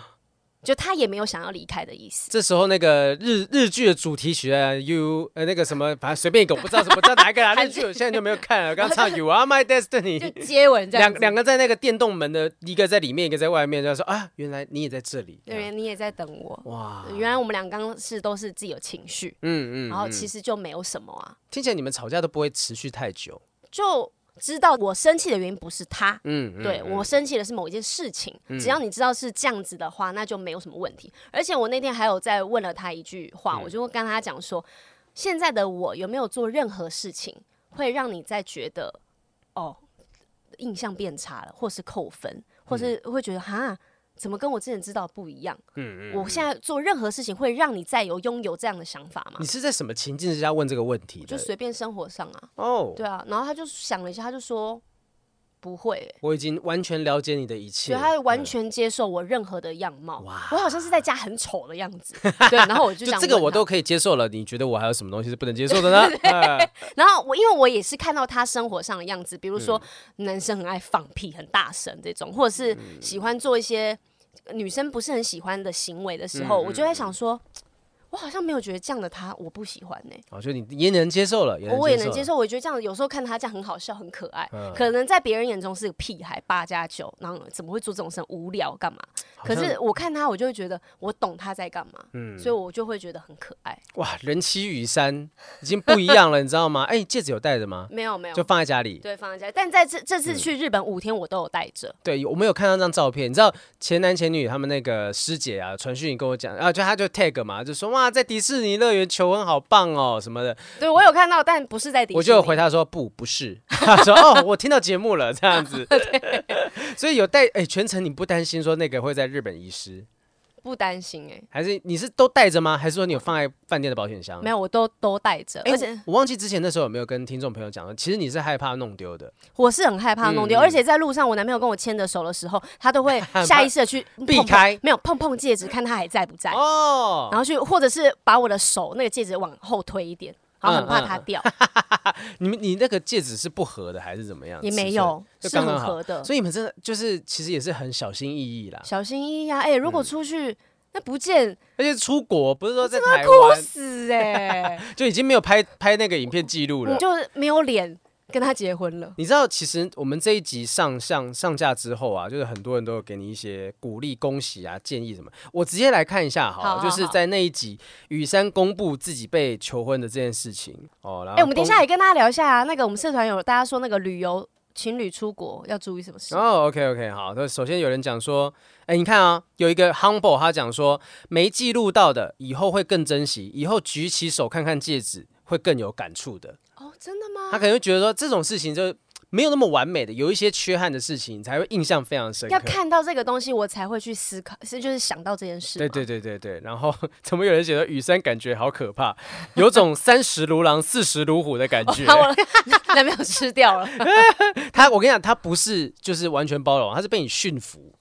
[SPEAKER 2] 就他也没有想要离开的意 思。
[SPEAKER 1] 这时候那个日日剧的主题曲啊，You 呃那个什么，反正随便一个，我不知道什么，不知道哪一个啊 啦。日剧我现在就没有看了，刚唱 You Are My
[SPEAKER 2] 就
[SPEAKER 1] Destiny，
[SPEAKER 2] 接吻这样
[SPEAKER 1] 两
[SPEAKER 2] 子，
[SPEAKER 1] 两个在那个电动门的，一个在里面，一个在外面，就说啊，原来你也在这里。这
[SPEAKER 2] 对，
[SPEAKER 1] 样
[SPEAKER 2] 你也在等我。
[SPEAKER 1] 哇，
[SPEAKER 2] 原来我们俩刚刚是都是自己有情绪，
[SPEAKER 1] 嗯嗯，
[SPEAKER 2] 然后
[SPEAKER 1] 嗯
[SPEAKER 2] 其实就没有什么啊，
[SPEAKER 1] 听起来你们吵架都不会持续太久。
[SPEAKER 2] 就知道我生气的原因不是他，
[SPEAKER 1] 嗯，嗯
[SPEAKER 2] 对我生气的是某一件事情，只要你知道是这样子的话，那就没有什么问题。而且我那天还有再问了他一句话，
[SPEAKER 1] 嗯
[SPEAKER 2] 我就跟他讲说，现在的我有没有做任何事情会让你再觉得哦，印象变差了，或是扣分，
[SPEAKER 1] 嗯
[SPEAKER 2] 或是会觉得哈。怎么跟我之前知道不一样？
[SPEAKER 1] 嗯嗯，
[SPEAKER 2] 我现在做任何事情会让你再有拥有这样的想法吗
[SPEAKER 1] 你？是在什么情境之下问这个问题
[SPEAKER 2] 就
[SPEAKER 1] 的？
[SPEAKER 2] 随便生活上啊，
[SPEAKER 1] 哦，
[SPEAKER 2] 对啊。然后他就想了一下，他就说不会、欸
[SPEAKER 1] 我已经完全了解你的一切
[SPEAKER 2] 所以
[SPEAKER 1] 了。
[SPEAKER 2] 他完全接受我任何的样貌。
[SPEAKER 1] 嗯哇
[SPEAKER 2] 我好像是在家很丑的样 子，对，然后我就
[SPEAKER 1] 就
[SPEAKER 2] 想
[SPEAKER 1] 这个
[SPEAKER 2] 问
[SPEAKER 1] 我
[SPEAKER 2] 他
[SPEAKER 1] 都，可以接受了，你觉得我还有什么东西是不能接受的呢？ 哎
[SPEAKER 2] 然后我因为我也是看到他生活上的样子，比如说
[SPEAKER 1] 嗯
[SPEAKER 2] 男生很爱放屁、很大声这种，或者是喜欢做一些女生不是很喜欢的行为的时
[SPEAKER 1] 嗯
[SPEAKER 2] 候，我就在想说。我好像没有觉得这样的他我不喜欢欸呢、
[SPEAKER 1] 我觉得你也能接受了，嗯也
[SPEAKER 2] 我也能接
[SPEAKER 1] 受
[SPEAKER 2] 受。我觉得这样有时候看他这样很好笑、很可爱，可能在别人眼中是个屁孩，八加九，然后怎么会做这种事？无聊干嘛？
[SPEAKER 1] 了。
[SPEAKER 2] 可
[SPEAKER 1] 好像嗯
[SPEAKER 2] 是我看他，我就会觉得我懂他在干嘛，所以我就会觉得很可爱。
[SPEAKER 1] 哇，人欺雨山已经不一样了，你知道吗？哎，戒指有戴着吗？
[SPEAKER 2] 没有没有
[SPEAKER 1] 就，嗯放在家里。
[SPEAKER 2] 对，放在家里。但在这这次去日本五天，我都有带着。
[SPEAKER 1] 对，我们有看到那张照片，你知道前男前女他们那个师姐啊，传讯跟我讲，啊，就他就 tag 嘛，就说哇，在迪士尼乐园求婚好棒哦什么的，
[SPEAKER 2] 对我有看到，但不是在迪士尼。
[SPEAKER 1] 我就有回他说不 不是，他说哦，我听到节目了这样子，所以有带哎，全程你不担心说那个会在日本遗失，
[SPEAKER 2] 不担心哎、
[SPEAKER 1] 还是你是都带着吗？还是说你有放在饭店的保险箱？
[SPEAKER 2] 没
[SPEAKER 1] 有。
[SPEAKER 2] 有，我都都带着。而且
[SPEAKER 1] 哎我忘记之前那时候有没有跟听众朋友讲了，其实你是害怕弄丢的，
[SPEAKER 2] 我是很害怕弄
[SPEAKER 1] 嗯
[SPEAKER 2] 丢，而且在路上，我男朋友跟我牵着手的时候，他都 会下意识的去碰
[SPEAKER 1] 避
[SPEAKER 2] 碰
[SPEAKER 1] 开
[SPEAKER 2] 没有碰碰戒指，看他还在不在，
[SPEAKER 1] 哦
[SPEAKER 2] 然。后去或者是把我的手那个戒指往后推一点，然后很怕
[SPEAKER 1] 嗯嗯
[SPEAKER 2] 它掉，
[SPEAKER 1] 你们你那个戒指是不合的还是怎么样？
[SPEAKER 2] 也
[SPEAKER 1] 尺
[SPEAKER 2] 没
[SPEAKER 1] 寸
[SPEAKER 2] 有，
[SPEAKER 1] 就是刚
[SPEAKER 2] 很
[SPEAKER 1] 刚好
[SPEAKER 2] 合的。
[SPEAKER 1] 所以你们真的就是其实也是很小心翼翼啦，
[SPEAKER 2] 小心翼翼啊！哎、如果出去、
[SPEAKER 1] 嗯
[SPEAKER 2] 那不见
[SPEAKER 1] 而且出国不是说在台
[SPEAKER 2] 哭
[SPEAKER 1] 湾
[SPEAKER 2] 死哎、
[SPEAKER 1] 就已经没有拍拍那个影片记录了
[SPEAKER 2] 我。就是没有脸跟他结婚了。
[SPEAKER 1] 你知道，其实我们这一集上上上架之后啊，就是很多人都有给你一些鼓励、恭喜啊、建议什么。我直接来看一下好了，
[SPEAKER 2] 好好
[SPEAKER 1] 就是在那一集雨山公布自己被求婚的这件事情哦。然
[SPEAKER 2] 哎、
[SPEAKER 1] 后，
[SPEAKER 2] 我们等一下也跟大家聊一下、啊、那个我们社团有大家说那个旅游情侣出国要注意什么事？
[SPEAKER 1] 哦、o k OK，好。那首先有人讲说，哎，你看啊，有一个 humble，他讲说没记录到的，以后会更珍惜，以后举起手看看戒指会更有感触的。
[SPEAKER 2] 哦，真的吗？
[SPEAKER 1] 他可能会觉得说这种事情就没有那么完美的，有一些缺憾的事情，你才会印象非常深刻。
[SPEAKER 2] 要看到这个东西，我才会去思考，是就是想到这件事。
[SPEAKER 1] 对对，对对对，然后怎么有人写的雨山感觉好可怕， 有种三十如狼四十如虎的感 觉。
[SPEAKER 2] 把我男朋友吃掉 了。
[SPEAKER 1] 他，我跟你讲，他不是就是完全包容，他是被你驯服，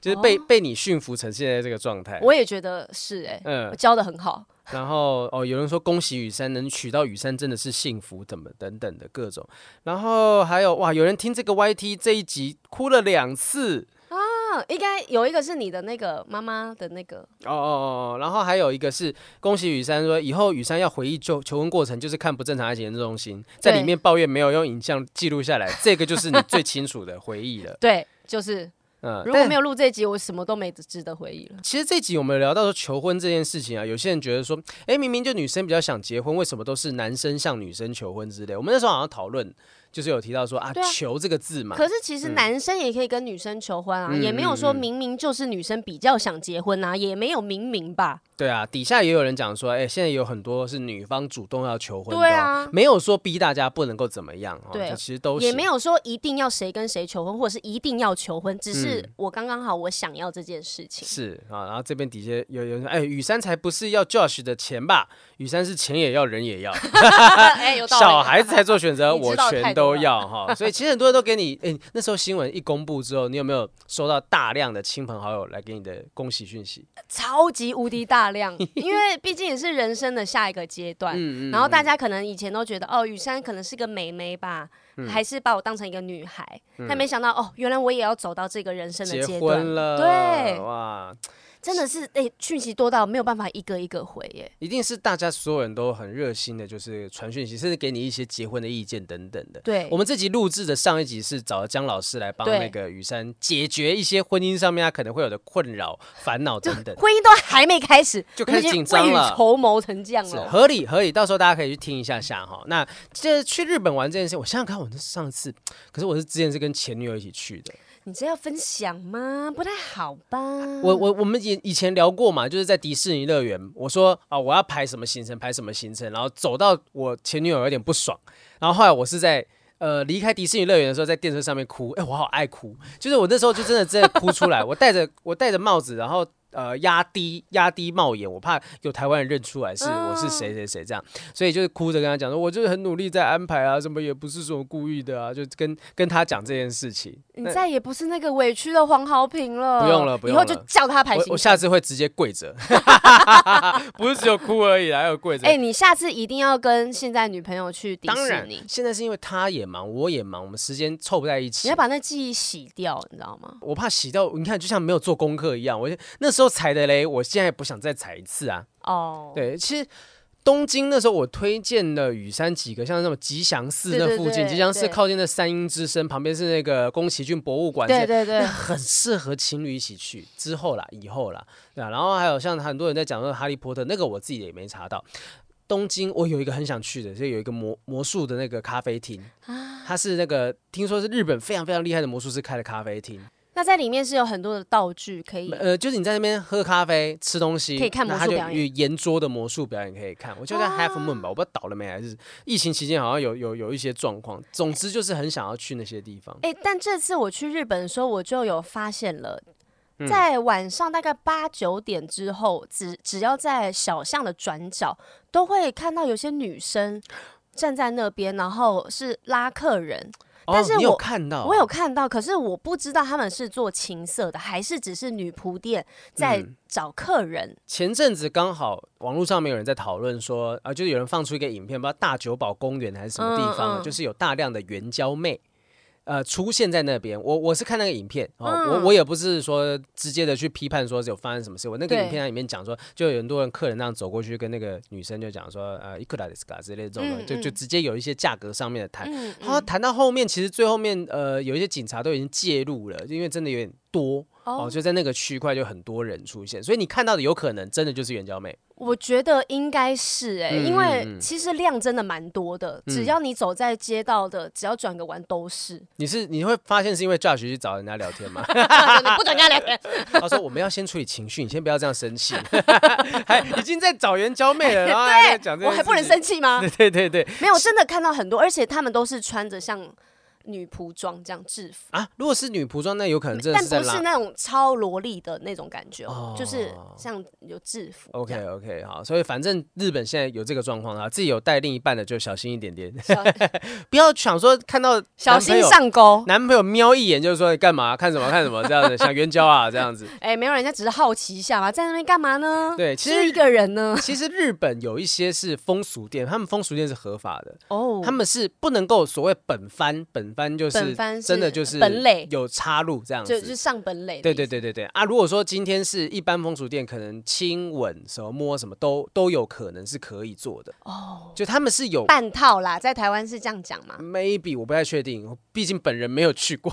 [SPEAKER 1] 就是被、被你驯服成现在这个状态。
[SPEAKER 2] 哦我也觉得是哎、
[SPEAKER 1] 嗯
[SPEAKER 2] 我，教的很好，
[SPEAKER 1] 然后哦，有人说恭喜雨山能娶到雨山真的是幸福，怎么等等的各种，然后还有哇，有人听这个 YT 这一集哭了两次，
[SPEAKER 2] 嗯，应该有一个是你的那个妈妈的那个，
[SPEAKER 1] 哦哦哦哦，然后还有一个是恭喜雨山说以后雨山要回忆求求婚过程，就是看不正常爱情研究中心，在里
[SPEAKER 2] 对。
[SPEAKER 1] 面抱怨没有用影像记录下来，这个就是你最清楚的回忆了
[SPEAKER 2] 对，就是
[SPEAKER 1] 嗯，
[SPEAKER 2] 如果
[SPEAKER 1] 但
[SPEAKER 2] 没有录这一集，我什么都没值得回忆了。
[SPEAKER 1] 其实这集我们有聊到说求婚这件事情啊，有些人觉得说，哎，明明就女生比较想结婚，为什么都是男生向女生求婚之类？我们那时候好像讨论，就是有提到说啊，
[SPEAKER 2] 对啊
[SPEAKER 1] 求这个字嘛，
[SPEAKER 2] 可是其实
[SPEAKER 1] 嗯
[SPEAKER 2] 男生也可以跟女生求婚啊，
[SPEAKER 1] 嗯
[SPEAKER 2] 也没有说
[SPEAKER 1] 嗯嗯
[SPEAKER 2] 明明就是女生比较想结婚啊，也没有明明吧。
[SPEAKER 1] 对啊，底下也有人讲说，哎，现在有很多是女方主动要求婚的、哦，
[SPEAKER 2] 对啊
[SPEAKER 1] 没有说逼大家不能够怎么样哦，
[SPEAKER 2] 对
[SPEAKER 1] 就其实都
[SPEAKER 2] 也没
[SPEAKER 1] 有，
[SPEAKER 2] 有说一定要谁跟谁求婚，或者是一定要求婚，只是
[SPEAKER 1] 嗯
[SPEAKER 2] 我刚刚好我想要这件事 情。
[SPEAKER 1] 是啊，然后这边底下有有人说，哎，雨山才不是要 Josh 的钱吧？雨山是钱也要，人也要。
[SPEAKER 2] 哎、有道理。
[SPEAKER 1] 小孩子才做选择，
[SPEAKER 2] 你
[SPEAKER 1] 我
[SPEAKER 2] 知道
[SPEAKER 1] 全
[SPEAKER 2] 太
[SPEAKER 1] 都
[SPEAKER 2] 多
[SPEAKER 1] 要哈。 所以其实很多人都给你，哎、那时候新闻一公布之后，你有没有收到大量的亲朋好友来给你的恭喜讯息？
[SPEAKER 2] 超级无敌大 量，因为毕竟也是人生的下一个阶段。
[SPEAKER 1] 嗯
[SPEAKER 2] 然后大家可能以前都觉得，哦，雨珊可能是个美眉吧，
[SPEAKER 1] 嗯
[SPEAKER 2] 还是把我当成一个女孩，但没想到，哦，原来我也要走到这个人生的
[SPEAKER 1] 结
[SPEAKER 2] 阶
[SPEAKER 1] 婚
[SPEAKER 2] 段，
[SPEAKER 1] 了，
[SPEAKER 2] 对
[SPEAKER 1] 哇，
[SPEAKER 2] 真的是，哎，讯息多到没有办法一个一个回耶。
[SPEAKER 1] 一定是大家所有人都很热心的，就是传讯息，甚至给你一些结婚的意见等等的。
[SPEAKER 2] 对
[SPEAKER 1] 我，们这集录制的上一集是找了江老师来帮
[SPEAKER 2] 对
[SPEAKER 1] 那个雨山解决一些婚姻上面他可能会有的困扰、烦恼等等。
[SPEAKER 2] 婚姻都还没开始，
[SPEAKER 1] 就
[SPEAKER 2] 我们
[SPEAKER 1] 开始
[SPEAKER 2] 已经
[SPEAKER 1] 紧张
[SPEAKER 2] 未雨
[SPEAKER 1] 了
[SPEAKER 2] 绸缪成这样
[SPEAKER 1] 是
[SPEAKER 2] 了。
[SPEAKER 1] 合理合理，到时候大家可以去听一下下哈。那这去日本玩这件事，我想想看，我那上次，可是我是之前是跟前女友一起去的。
[SPEAKER 2] 你这要分享吗？不太好吧？
[SPEAKER 1] 啊我我我们以以前聊过嘛，就是在迪士尼乐园，我说啊我要排什么行程排什么行程，然后走到我前女友有点不爽，然后后来我是在。呃，离开迪士尼乐园的时候，在电车上面哭，哎、我好爱哭，就是我那时候就真的真的哭出来。我戴着我戴着帽子，然后呃压低压低帽檐，我怕有台湾人认出来是我是谁谁谁这样，所以就是哭着跟他讲说，我就是很努力在安排啊，什么也不是说故意的啊，就跟跟他讲这件事情。
[SPEAKER 2] 你再也不是那个委屈的黄豪平了，
[SPEAKER 1] 呃不用了不用
[SPEAKER 2] 以后就
[SPEAKER 1] 了
[SPEAKER 2] 叫他排
[SPEAKER 1] 我
[SPEAKER 2] 行
[SPEAKER 1] 我
[SPEAKER 2] 程。
[SPEAKER 1] 下次会直接跪着， 不是只有哭而已啦，还有跪着。
[SPEAKER 2] 哎、你下次一定要跟现在女朋友去迪
[SPEAKER 1] 当
[SPEAKER 2] 士
[SPEAKER 1] 然
[SPEAKER 2] 尼，，
[SPEAKER 1] 现在是因为他也忙，我也忙，我们时间凑不在一
[SPEAKER 2] 你
[SPEAKER 1] 起
[SPEAKER 2] 要。把那记忆洗掉，你知道吗？
[SPEAKER 1] 我怕洗掉，你看就像没有做功课一样。我就那时候踩的雷，我现在也不想再踩一次啊。
[SPEAKER 2] 哦，
[SPEAKER 1] 对，其实东京那时候我推荐了雨山几个，像那种吉祥寺
[SPEAKER 2] 对
[SPEAKER 1] 那
[SPEAKER 2] 对
[SPEAKER 1] 附近，
[SPEAKER 2] 对
[SPEAKER 1] 吉祥寺
[SPEAKER 2] 对
[SPEAKER 1] 靠近那三鹰之森旁边是那个宫崎骏博物馆，
[SPEAKER 2] 对对对
[SPEAKER 1] 那很适合情侣一起去。之后啦，以后啦，对啊。然后还有像很多人在讲说《哈利波特》，那个我自己也没查到。东京，我有一个很想去的，就有一 个魔魔术的那个咖啡厅，
[SPEAKER 2] 啊
[SPEAKER 1] 它是那个听说是日本非常非常厉害的魔术师开的咖啡厅，
[SPEAKER 2] 那在里面是有很多的道具可以。
[SPEAKER 1] 呃，就是你在那边喝咖啡、吃东西，
[SPEAKER 2] 可以看魔术
[SPEAKER 1] 那它就
[SPEAKER 2] 表演
[SPEAKER 1] 有沿桌的魔术表演可以看。我就在 Half Moon 吧，我不知道倒了没，还是疫情期间好像有有有一些状况。总之就是很想要去那些地方。
[SPEAKER 2] 哎、但这次我去日本的时候，我就有发现了。
[SPEAKER 1] 嗯
[SPEAKER 2] 在晚上大概八九点之后，只只要在小巷的转角，都会看到有些女生站在那边，然后是拉客人，但是
[SPEAKER 1] 哦、你有
[SPEAKER 2] 我
[SPEAKER 1] 看到，
[SPEAKER 2] 我有看到，可是我不知道他们是做情色的，还是只是女仆店在
[SPEAKER 1] 嗯
[SPEAKER 2] 找客人。
[SPEAKER 1] 前阵子刚好网络上面有人在讨论说，啊，就是有人放出一个影片，不知道大久保公园还是什么地方啊，
[SPEAKER 2] 嗯嗯
[SPEAKER 1] 就是有大量的援交妹。呃，出现在那边，我我是看那个影片哦，
[SPEAKER 2] 嗯
[SPEAKER 1] 我我也不是说直接的去批判说是有发生什么事，我那个
[SPEAKER 2] 对
[SPEAKER 1] 影片它里面讲说，就有很多人客人那样走过去跟那个女生就讲说，呃，いくらですか之类的这种的，
[SPEAKER 2] 嗯
[SPEAKER 1] 就就
[SPEAKER 2] 嗯
[SPEAKER 1] 直接有一些价格上面的谈，
[SPEAKER 2] 嗯，
[SPEAKER 1] 然后谈到后面，其实最后面呃有一些警察都已经介入了，因为真的有点多，哦，
[SPEAKER 2] 哦，
[SPEAKER 1] 就在那个区块就很多人出现，所以你看到的有可能真的就是援交妹，
[SPEAKER 2] 我觉得应该是哎、因
[SPEAKER 1] 嗯
[SPEAKER 2] 为其实量真的蛮多的，只要你走在街道的，只要转个弯都是。
[SPEAKER 1] 你是你会发现是因为 Josh 去找人家聊天吗？
[SPEAKER 2] 你不准人家聊天，
[SPEAKER 1] 他说我们要先处理情绪，你先不要这样生气， 还已经在找人交妹了，然后还在 讲这
[SPEAKER 2] 对，我还不能生
[SPEAKER 1] 气。
[SPEAKER 2] 气 吗？
[SPEAKER 1] 对对对
[SPEAKER 2] 没有，真的看到很多，而且他们都是穿着像女仆装这样制服，
[SPEAKER 1] 啊！如果是女仆装，那有可能真的
[SPEAKER 2] 但
[SPEAKER 1] 是在
[SPEAKER 2] 不是
[SPEAKER 1] 拉。
[SPEAKER 2] 那种超萝莉的那种感觉，哦
[SPEAKER 1] 哦，
[SPEAKER 2] 就是像有制服这
[SPEAKER 1] OK
[SPEAKER 2] 样。
[SPEAKER 1] OK，好，所以反正日本现在有这个状况啊，自己有带另一半的就小心一点点，
[SPEAKER 2] 小
[SPEAKER 1] 不要想说看到
[SPEAKER 2] 小
[SPEAKER 1] 男朋
[SPEAKER 2] 心
[SPEAKER 1] 友
[SPEAKER 2] 上钩。
[SPEAKER 1] 男朋友瞄一眼就说你干嘛看什么看什么这样子，想援交啊这样子。
[SPEAKER 2] 哎、没有人家只是好奇一下嘛，在那边干嘛呢？
[SPEAKER 1] 对其实
[SPEAKER 2] 是一个人 呢。
[SPEAKER 1] 其实日本有一些是风俗店，他们风俗店是合法的，
[SPEAKER 2] 哦，
[SPEAKER 1] 他们是不能够所谓本番，本番就是
[SPEAKER 2] 本番是
[SPEAKER 1] 真的就是
[SPEAKER 2] 本垒
[SPEAKER 1] 有插入这样
[SPEAKER 2] 就
[SPEAKER 1] 子。
[SPEAKER 2] 就是上本垒。
[SPEAKER 1] 对对，对对对啊！如果说今天是一般风俗店，可能亲吻、什么摸什么都都有可能是可以做的哦。就他们是有
[SPEAKER 2] 半套啦，在台湾是这样讲嘛？
[SPEAKER 1] maybe 我不太确定，毕竟本人没有去过。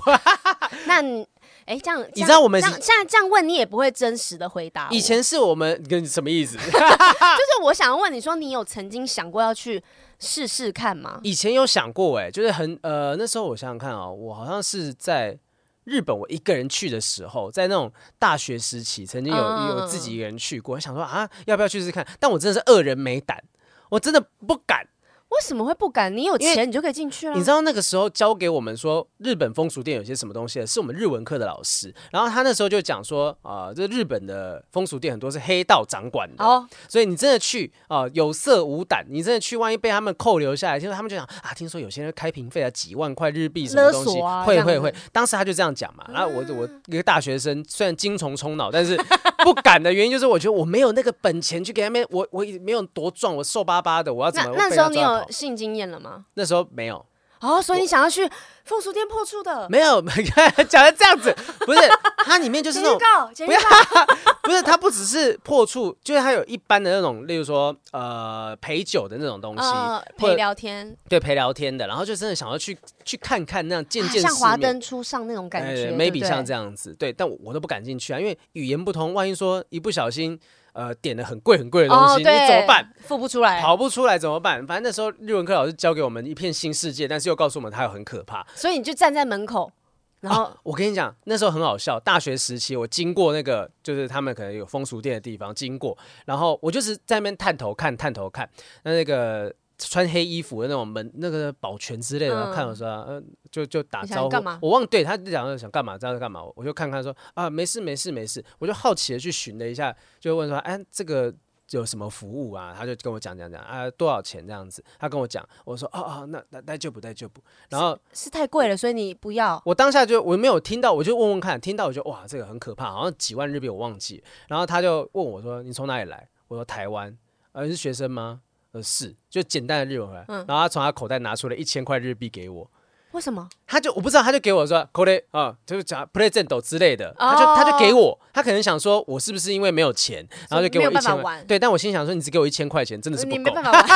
[SPEAKER 2] 那你哎、这样这样
[SPEAKER 1] 你知道我们
[SPEAKER 2] 这样这样这样问你也不会真实的回答我。
[SPEAKER 1] 以前是我们跟什么意思？
[SPEAKER 2] 就是我想要问你说，你有曾经想过要去试试看吗？
[SPEAKER 1] 以前有想过哎、就是很呃，那时候我想想看啊、我好像是在日本我一个人去的时候，在那种大学时期，曾经有
[SPEAKER 2] 嗯
[SPEAKER 1] 有自己一个人去过，想说啊，要不要去试试看？但我真的是恶人没胆，我真的不敢。
[SPEAKER 2] 为什么会不敢？你有
[SPEAKER 1] 因为
[SPEAKER 2] 钱你就可以进去了。
[SPEAKER 1] 你知道那个时候教给我们说日本风俗店有些什么东西的，是我们日文课的老师，然后他那时候就讲说啊、这日本的风俗店很多是黑道掌管的。
[SPEAKER 2] 哦，
[SPEAKER 1] 所以你真的去啊、呃有色无胆，你真的去，万一被他们扣留下来，听说他们就想啊，听说有些人开瓶费啊，几万块日币什么东
[SPEAKER 2] 勒
[SPEAKER 1] 西，
[SPEAKER 2] 索啊
[SPEAKER 1] 会
[SPEAKER 2] 这
[SPEAKER 1] 会
[SPEAKER 2] 样
[SPEAKER 1] 会。当时他就这样讲嘛，然后我我一个大学生，虽然精虫充脑，但是不敢的原因就是我觉得我没有那个本钱去给他们，我我也没有多壮，我瘦巴巴的，我要怎
[SPEAKER 2] 那
[SPEAKER 1] 么被
[SPEAKER 2] 那
[SPEAKER 1] 他
[SPEAKER 2] 时候
[SPEAKER 1] 抓
[SPEAKER 2] 你
[SPEAKER 1] 跑
[SPEAKER 2] 有？性经验了吗？
[SPEAKER 1] 那时候没有，
[SPEAKER 2] 哦，所以你想要去风俗店破处的
[SPEAKER 1] 没有，讲的这样子，不是它里面就是
[SPEAKER 2] 节
[SPEAKER 1] 那种
[SPEAKER 2] 预告，节预
[SPEAKER 1] 不要
[SPEAKER 2] 告，
[SPEAKER 1] 不是，它不只是破处，就是它有一般的那种，例如说呃陪酒的那种东西，
[SPEAKER 2] 呃，陪
[SPEAKER 1] 或者
[SPEAKER 2] 聊天，
[SPEAKER 1] 对陪聊天的，然后就真的想要去去看看那样见
[SPEAKER 2] 啊
[SPEAKER 1] 见世面，
[SPEAKER 2] 像华灯初上那种感
[SPEAKER 1] 哎
[SPEAKER 2] 觉对
[SPEAKER 1] maybe
[SPEAKER 2] 不对
[SPEAKER 1] 像这样子，对，但我我都不敢进去啊，因为语言不通，万一说一不小心呃点了很贵很贵的东
[SPEAKER 2] 哦，
[SPEAKER 1] 西，你怎么办？？
[SPEAKER 2] 付不出来，
[SPEAKER 1] 跑不出来怎么办？反正那时候日文课老师教给我们一片新世界，但是又告诉我们它有很可怕。
[SPEAKER 2] 所以你就站在门口，然后
[SPEAKER 1] 啊我跟你讲，那时候很好笑。大学时期，我经过那个就是他们可能有风俗店的地方经过，然后我就是在那边探头看，探头看。那那个穿黑衣服的那种门，那个保全之类的，然后看我说，呃，就就打
[SPEAKER 2] 你嗯想
[SPEAKER 1] 招
[SPEAKER 2] 干嘛
[SPEAKER 1] 呼。我忘对他就讲说想干嘛，这样干嘛，我就看看说啊，没事没事没事，我就好奇的去寻了一下，就问说，哎，这个有什么服务啊？他就跟我讲讲讲啊，多少钱这样子。他跟我讲，我说哦哦，那那那就不那就不。然后
[SPEAKER 2] 是太贵了，所以你不要。
[SPEAKER 1] 我当下就我没有听到，我就问问看，听到我就哇，这个很可怕，好像几万日币我忘记。然后他就问我说：“你从哪里来？”我说：“台湾。”呃，你是学生吗？呃，是，就简单的日文回来。
[SPEAKER 2] 嗯
[SPEAKER 1] 然后他从他口袋拿出了一千块日币给我，
[SPEAKER 2] 为什么？
[SPEAKER 1] 他就我不知道，他就给我说 “kore” 啊、就是讲 “present” 之类的，他就他就给我，他可能想说我是不是因为没有钱，然后就给
[SPEAKER 2] 哦没
[SPEAKER 1] 我
[SPEAKER 2] 有
[SPEAKER 1] 一
[SPEAKER 2] 办法
[SPEAKER 1] 千块
[SPEAKER 2] 玩。
[SPEAKER 1] 对，但我心想说你只给我一千块钱，真的是不
[SPEAKER 2] 你没
[SPEAKER 1] 够
[SPEAKER 2] 办。法玩，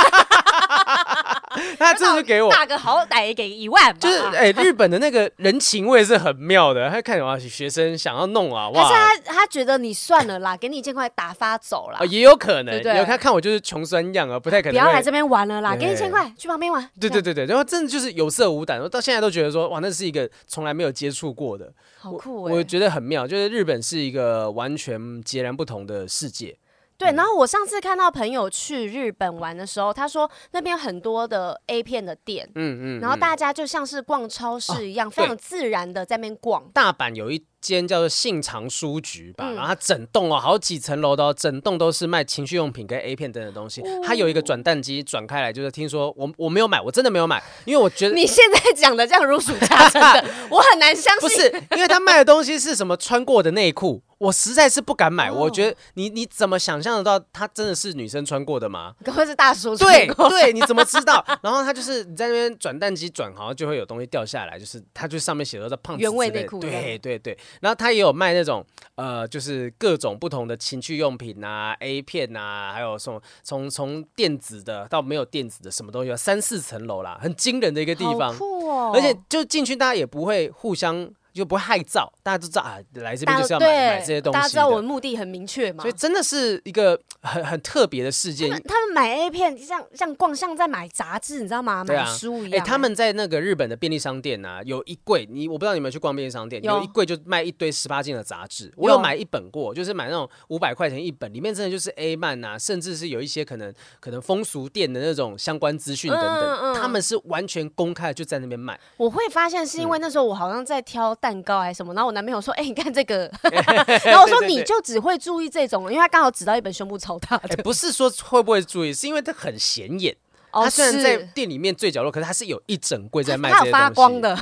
[SPEAKER 1] 他真的就给我，
[SPEAKER 2] 大个好歹也给一万吧。啊
[SPEAKER 1] 就是哎、日本的那个人情味是很妙的。他看哇，学生想要弄啊，
[SPEAKER 2] 还
[SPEAKER 1] 哇，
[SPEAKER 2] 是他他觉得你算了啦，给你一千块打发走啦
[SPEAKER 1] 啊，，也有可能，
[SPEAKER 2] 对不对
[SPEAKER 1] 有他看我就是穷酸样啊，不太可能
[SPEAKER 2] 不
[SPEAKER 1] 会。
[SPEAKER 2] 要来这边玩了啦，
[SPEAKER 1] 对
[SPEAKER 2] 给一千块去旁边玩。
[SPEAKER 1] 对
[SPEAKER 2] 这
[SPEAKER 1] 对
[SPEAKER 2] 样，
[SPEAKER 1] 对对，然后真的就是有色无胆，我到现在都觉得说，哇，那是一个从来没有接触过的，
[SPEAKER 2] 好酷哎、
[SPEAKER 1] 我觉得很妙，就是日本是一个完全截然不同的世界。嗯
[SPEAKER 2] 对，然后我上次看到朋友去日本玩的时候，他说那边很多的 A 片的店，
[SPEAKER 1] 嗯嗯。
[SPEAKER 2] 然后大家就像是逛超市一样，非常自然的在那边逛。
[SPEAKER 1] 大阪有一间叫做信长书局吧，
[SPEAKER 2] 嗯
[SPEAKER 1] 然后它整栋哦，好几层楼的、哦，整栋都是卖情趣用品跟 A 片等等的东西。它有一
[SPEAKER 2] 哦
[SPEAKER 1] 个转蛋机转开来，就是听说我我没有买，我真的没有买，因为我觉得
[SPEAKER 2] 你现在讲的这样如数家珍 的，我很难相
[SPEAKER 1] 不
[SPEAKER 2] 信。
[SPEAKER 1] 是，因为他卖的东西是什么穿过的内裤，我实在是不敢买。
[SPEAKER 2] 哦
[SPEAKER 1] 我觉得你你怎么想象得到它真的是女生穿过的吗？
[SPEAKER 2] 可会是大叔
[SPEAKER 1] 对
[SPEAKER 2] 穿过
[SPEAKER 1] 对，你怎么知道？ 然后他就是你在那边转蛋机转，好像就会有东西掉下来，就是他就上面写的叫胖子
[SPEAKER 2] 原味
[SPEAKER 1] 之类
[SPEAKER 2] 内
[SPEAKER 1] 的
[SPEAKER 2] 裤这
[SPEAKER 1] 对对对，然后他也有卖那种呃，就是各种不同的情趣用品啊、A 片啊，还有什么从从电子的到没有电子的什么东西，啊，三四层楼啦，很惊人的一个地
[SPEAKER 2] 好
[SPEAKER 1] 方。
[SPEAKER 2] 酷哦！
[SPEAKER 1] 而且就进去，大家也不会互相就不会害臊，大家都知道啊，来这边
[SPEAKER 2] 大家
[SPEAKER 1] 就是要买买这些
[SPEAKER 2] 对，
[SPEAKER 1] 东西
[SPEAKER 2] 大
[SPEAKER 1] 的，
[SPEAKER 2] 家知道我的目的很明确嘛
[SPEAKER 1] 所以。真的是一个很很特别的事件
[SPEAKER 2] 他。们他们买 A 片，像像逛像在买杂志，你知道吗？
[SPEAKER 1] 对
[SPEAKER 2] 买
[SPEAKER 1] 啊
[SPEAKER 2] 书一
[SPEAKER 1] 哎、
[SPEAKER 2] 样。
[SPEAKER 1] 他们在那个日本的便利商店啊，有一柜，你我不知道你们有没有去逛便利商店，
[SPEAKER 2] 有
[SPEAKER 1] 有一柜就卖一堆十八禁的杂志。我
[SPEAKER 2] 有
[SPEAKER 1] 有买一本过，就是买那种五百块钱一本，里面真的就是 A 漫啊，甚至是有一些可能可能风俗店的那种相关资讯等等，
[SPEAKER 2] 嗯嗯嗯
[SPEAKER 1] 他们是完全公开的就在那边卖。
[SPEAKER 2] 我会发现是因
[SPEAKER 1] 嗯
[SPEAKER 2] 为那时候我好像在挑蛋糕还是什么，然后我男朋友说：“哎、你看这 个。” 然后我说：“
[SPEAKER 1] 对对对
[SPEAKER 2] 你就只会注意这种，因为他刚好指到一本胸部超大
[SPEAKER 1] 哎、
[SPEAKER 2] 的。
[SPEAKER 1] 不是说会不会注意，是因为它很显眼。
[SPEAKER 2] 哦
[SPEAKER 1] 它虽然在
[SPEAKER 2] 是
[SPEAKER 1] 店里面最角落，可是它是有一整柜在卖这
[SPEAKER 2] 他
[SPEAKER 1] 些
[SPEAKER 2] 有
[SPEAKER 1] 东
[SPEAKER 2] 发
[SPEAKER 1] 西
[SPEAKER 2] 光的，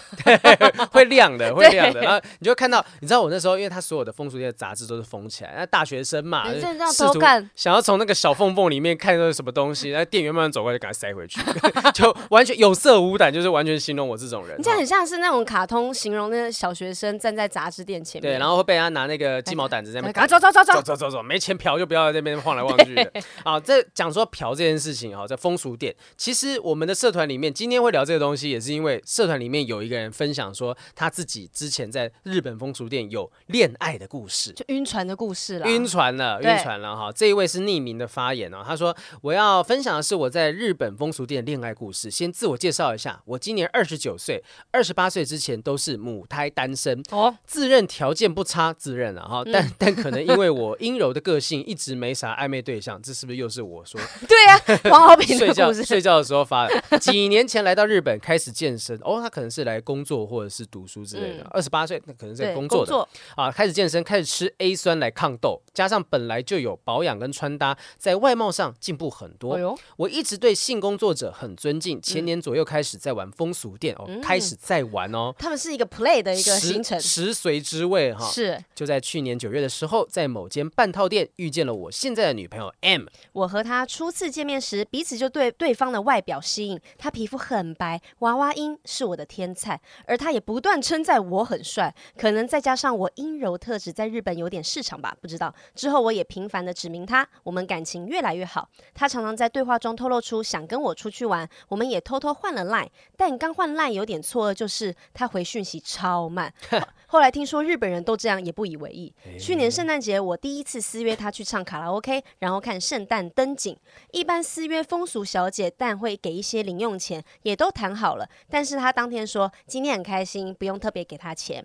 [SPEAKER 1] 会亮的，会亮的。然后你就会看到，你知道我那时候，因为他所有的风俗店的杂志都是封起来，那大学生嘛，
[SPEAKER 2] 你
[SPEAKER 1] 就
[SPEAKER 2] 真的要
[SPEAKER 1] 试
[SPEAKER 2] 偷
[SPEAKER 1] 图
[SPEAKER 2] 看
[SPEAKER 1] 想要从那个小缝缝里面看到什么东西，那店员慢慢走过来就给他塞回去， 就完全有色无胆，就是完全形容我这种人哦
[SPEAKER 2] 你。这样
[SPEAKER 1] 哈
[SPEAKER 2] 很像是那种卡通形容那个小学生站在杂志店前面。
[SPEAKER 1] 对，然后会被他拿那个鸡毛掸子在那边
[SPEAKER 2] 赶快走走走
[SPEAKER 1] 走
[SPEAKER 2] 走，
[SPEAKER 1] 走走走，没钱嫖就不要在那边晃来晃去的。啊，这讲说嫖这件事情啊，在风俗店，其实我们的社团里面今天会聊这个东西，也是因为社团里面有一个人分享说他自己之前在日本风俗店有恋爱的故事。
[SPEAKER 2] 就晕船的故事啦。
[SPEAKER 1] 晕船了，
[SPEAKER 2] 啊对
[SPEAKER 1] 晕船了哈！这一位是匿名的发言哦，他说：“我要分享的是我在日本风俗店的恋爱故事。先自我介绍一下，我今年二十九岁，二十八岁之前都是母胎单身，
[SPEAKER 2] 哦，
[SPEAKER 1] 自认条件不差，自认了哈，
[SPEAKER 2] 嗯
[SPEAKER 1] 但但可能因为我阴柔的个性，一直没啥暧昧对象，这是不是又是我 说
[SPEAKER 2] 对 呀、王浩平
[SPEAKER 1] 睡
[SPEAKER 2] 的
[SPEAKER 1] 觉
[SPEAKER 2] 故事。
[SPEAKER 1] 睡觉的时候发的？几年前来到日本开始健身，哦，他可能是来工作或者是读书之类的。二十八岁，那可能是在
[SPEAKER 2] 嗯对，
[SPEAKER 1] 工
[SPEAKER 2] 工
[SPEAKER 1] 作的啊，开始健身，开始吃 A 酸来抗痘，加上本来就有保养跟穿搭，在外貌上进步很多。
[SPEAKER 2] 哎呦，嗯
[SPEAKER 1] 我一直对性工作者很尊敬，前年左右开始在玩风俗店哦，开始在玩哦。
[SPEAKER 2] 他们是一个 play 嗯的一个
[SPEAKER 1] 食
[SPEAKER 2] 行程，
[SPEAKER 1] 食髓知味哈，
[SPEAKER 2] 是
[SPEAKER 1] 就在去年九月的时候，在某间半套店遇见了我现在的女朋友 M。
[SPEAKER 2] 我和他初次见面时，彼此就对对方的外表吸引。他皮肤很白，娃娃音是我的天菜，而他也不断称赞我很帅。可能再加上我阴柔特质在日本有点市场吧，不知道。之后我也频繁的指明他，我们感情越来越好。他常常在对话中透露出想跟我出去玩，我们也偷偷换了 line。但刚换 line 有点错愕，就是他回讯息超慢。后来听说日本人都这样，也不以为意。去年圣诞节，我第一次私约他去唱卡拉 OK，然后看圣诞灯景。一般私约风俗小姐，但会给一些零用钱，也都谈好了。但是他当天说今天很开心，不用特别给他钱。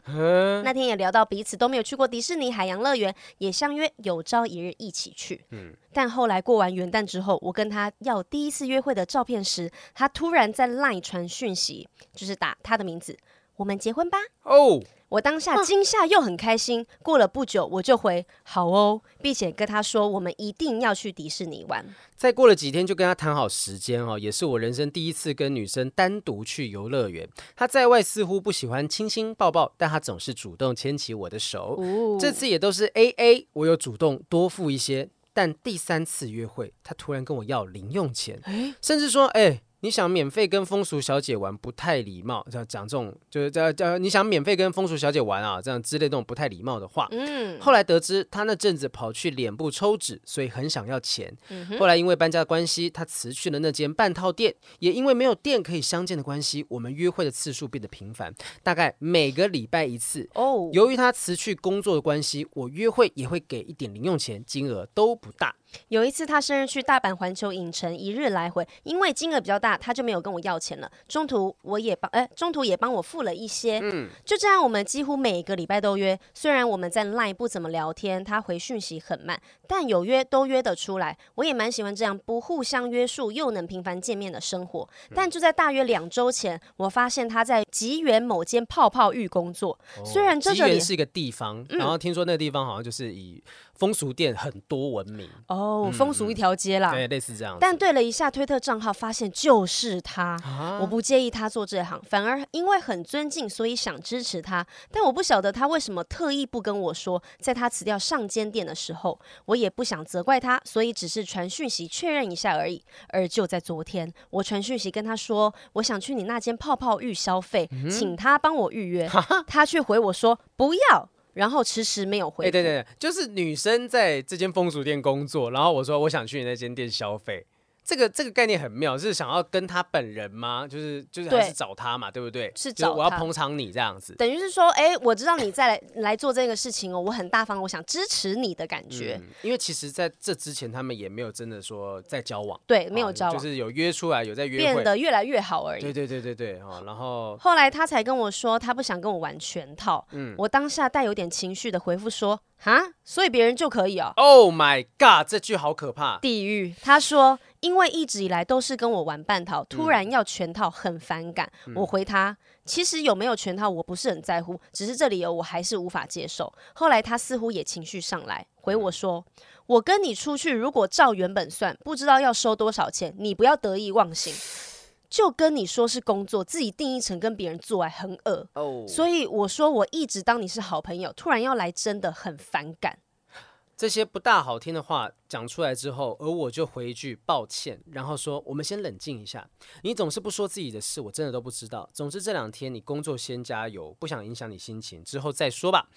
[SPEAKER 2] 那天也聊到彼此都没有去过迪士尼、海洋乐园，也相约有朝一日一起去。但后来过完元旦之后，我跟他要第一次约会的照片时，他突然在 LINE 传讯息，就是打他的名字，我们结婚吧。
[SPEAKER 1] 哦，
[SPEAKER 2] 我当下惊吓又很开心。过了不久，我就回好哦，并且跟他说我们一定要去迪士尼玩。
[SPEAKER 1] 再过了几天就跟他谈好时间哦，也是我人生第一次跟女生单独去游乐园。她在外似乎不喜欢亲亲抱抱，但她总是主动牵起我的手。
[SPEAKER 2] 哦，
[SPEAKER 1] 这次也都是 A A，我有主动多付一些，但第三次约会，他突然跟我要零用钱，甚至说，哎、你想免费跟风俗小姐玩不太礼貌，讲讲这种就是这这，你想免费跟风俗小姐玩啊，这样之类这种不太礼貌的话。
[SPEAKER 2] 嗯，
[SPEAKER 1] 后来得知他那阵子跑去脸部抽脂，所以很想要钱。
[SPEAKER 2] 嗯
[SPEAKER 1] 后来因为搬家的关系，他辞去了那间半套店，也因为没有店可以相见的关系，我们约会的次数变得频繁，大概每个礼拜一次。
[SPEAKER 2] 哦，
[SPEAKER 1] 由于他辞去工作的关系，我约会也会给一点零用钱，金额都不大。
[SPEAKER 2] 有一次他生日去大阪环球影城一日来回，因为金额比较大，他就没有跟我要钱了。中途我也帮，哎、中途也帮我付了一些。嗯，就这样，我们几乎每个礼拜都约。虽然我们在 LINE 不怎么聊天，他回讯息很慢，但有约都约得出来。我也蛮喜欢这样不互相约束又能频繁见面的生活。
[SPEAKER 1] 嗯
[SPEAKER 2] 但就在大约两周前，我发现他在吉原某间泡泡浴工作。虽然这
[SPEAKER 1] 哦吉
[SPEAKER 2] 嗯这里嗯
[SPEAKER 1] 原是一个地方，然后听说那个地方好像就是以风俗店很多闻名，
[SPEAKER 2] 哦，
[SPEAKER 1] 嗯
[SPEAKER 2] 风俗一条街啦。
[SPEAKER 1] 对，类似这样子。
[SPEAKER 2] 啊但对了一下推特账号，发现就是他。
[SPEAKER 1] 啊
[SPEAKER 2] 我不介意他做这行，反而因为很尊敬，所以想支持他。但我不晓得他为什么特意不跟我说，在他辞掉上间店的时候，我也不想责怪他，所以只是传讯息确认一下而已。而就在昨天，我传讯息跟他说，我想去你那间泡泡浴消费，
[SPEAKER 1] 嗯
[SPEAKER 2] 请他帮我预约。他却回我说不要，然后迟迟没有回
[SPEAKER 1] 哎、
[SPEAKER 2] 复。
[SPEAKER 1] 对对对，就是女生在这间风俗店工作，然后我说我想去你那间店消费，这个这个概念很妙，是想要跟他本人吗？就是就是
[SPEAKER 2] 对
[SPEAKER 1] 还是找他嘛，对不对？
[SPEAKER 2] 是
[SPEAKER 1] 就
[SPEAKER 2] 找
[SPEAKER 1] 我要
[SPEAKER 2] 他
[SPEAKER 1] 捧场你这样子。
[SPEAKER 2] 等于是说，哎、我知道你再来来做这个事情哦，我很大方，我想支持你的感觉。
[SPEAKER 1] 嗯，因为其实在这之前，他们也没有真的说在交往，
[SPEAKER 2] 对，没有
[SPEAKER 1] 哦
[SPEAKER 2] 交往，
[SPEAKER 1] 就是有约出来，有在约
[SPEAKER 2] 变
[SPEAKER 1] 会，
[SPEAKER 2] 得越来越好而已。
[SPEAKER 1] 对对对对对哦，然后
[SPEAKER 2] 后来他才跟我说，他不想跟我玩全套。
[SPEAKER 1] 嗯
[SPEAKER 2] 我当下带有点情绪的回复说：“哈，所以别人就可以哦。
[SPEAKER 1] Oh my God，这句好可怕。
[SPEAKER 2] 地狱。他说：“因为一直以来都是跟我玩半
[SPEAKER 1] 嗯
[SPEAKER 2] 套，突然要全套很反感。我回他：“其实有没有全套我不是很在乎，只是这理由我还是无法接受。”后来他似乎也情绪上来，回
[SPEAKER 1] 嗯
[SPEAKER 2] 我说：“我跟你出去，如果照原本算，不知道要收多少钱，你不要得意忘形。”就跟你说是工作，自己定义成跟别人做爱很恶，
[SPEAKER 1] 哦，
[SPEAKER 2] 所以我说我一直当你是好朋友，突然要来真的很反感。
[SPEAKER 1] 这些不大好听的话讲出来之后，而我就回一句抱歉，然后说我们先冷静一下。你总是不说自己的事，我真的都不知道。总之这两天你工作先加油，不想影响你心情，之后再说吧。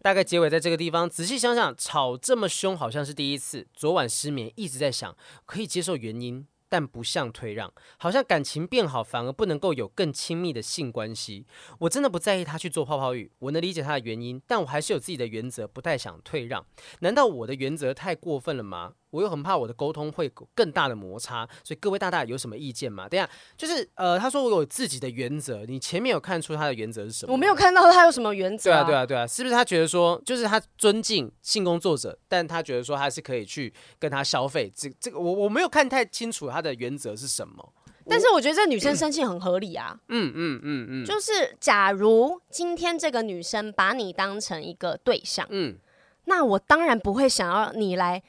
[SPEAKER 1] 大概结尾在这个地方。仔细想想，吵这么凶好像是第一次。昨晚失眠，一直在想，可以接受原因。但不像退让，好像感情变好反而不能够有更亲密的性关系。我真的不在意他去做泡泡浴，我能理解他的原因，但我还是有自己的原则，不太想退让。难道我的原则太过分了吗？我又很怕我的沟通会有更大的摩擦，所以各位大大有什么意见吗？等一下就是呃，他说我有自己的原则，你前面有看出他的原则是什么？
[SPEAKER 2] 我没有。看到他有什么原则、
[SPEAKER 1] 对啊，对啊，对啊，是不是他觉得说，就是他尊敬性工作者，但他觉得说他是可以去跟他消费，这这个我我没有看太清楚他的原则是什么。
[SPEAKER 2] 但是我觉得这女生生气很合理啊。
[SPEAKER 1] 嗯嗯嗯嗯，
[SPEAKER 2] 就是假如今天这个女生把你当成一个对象，
[SPEAKER 1] 嗯，
[SPEAKER 2] 那我当然不会想要你来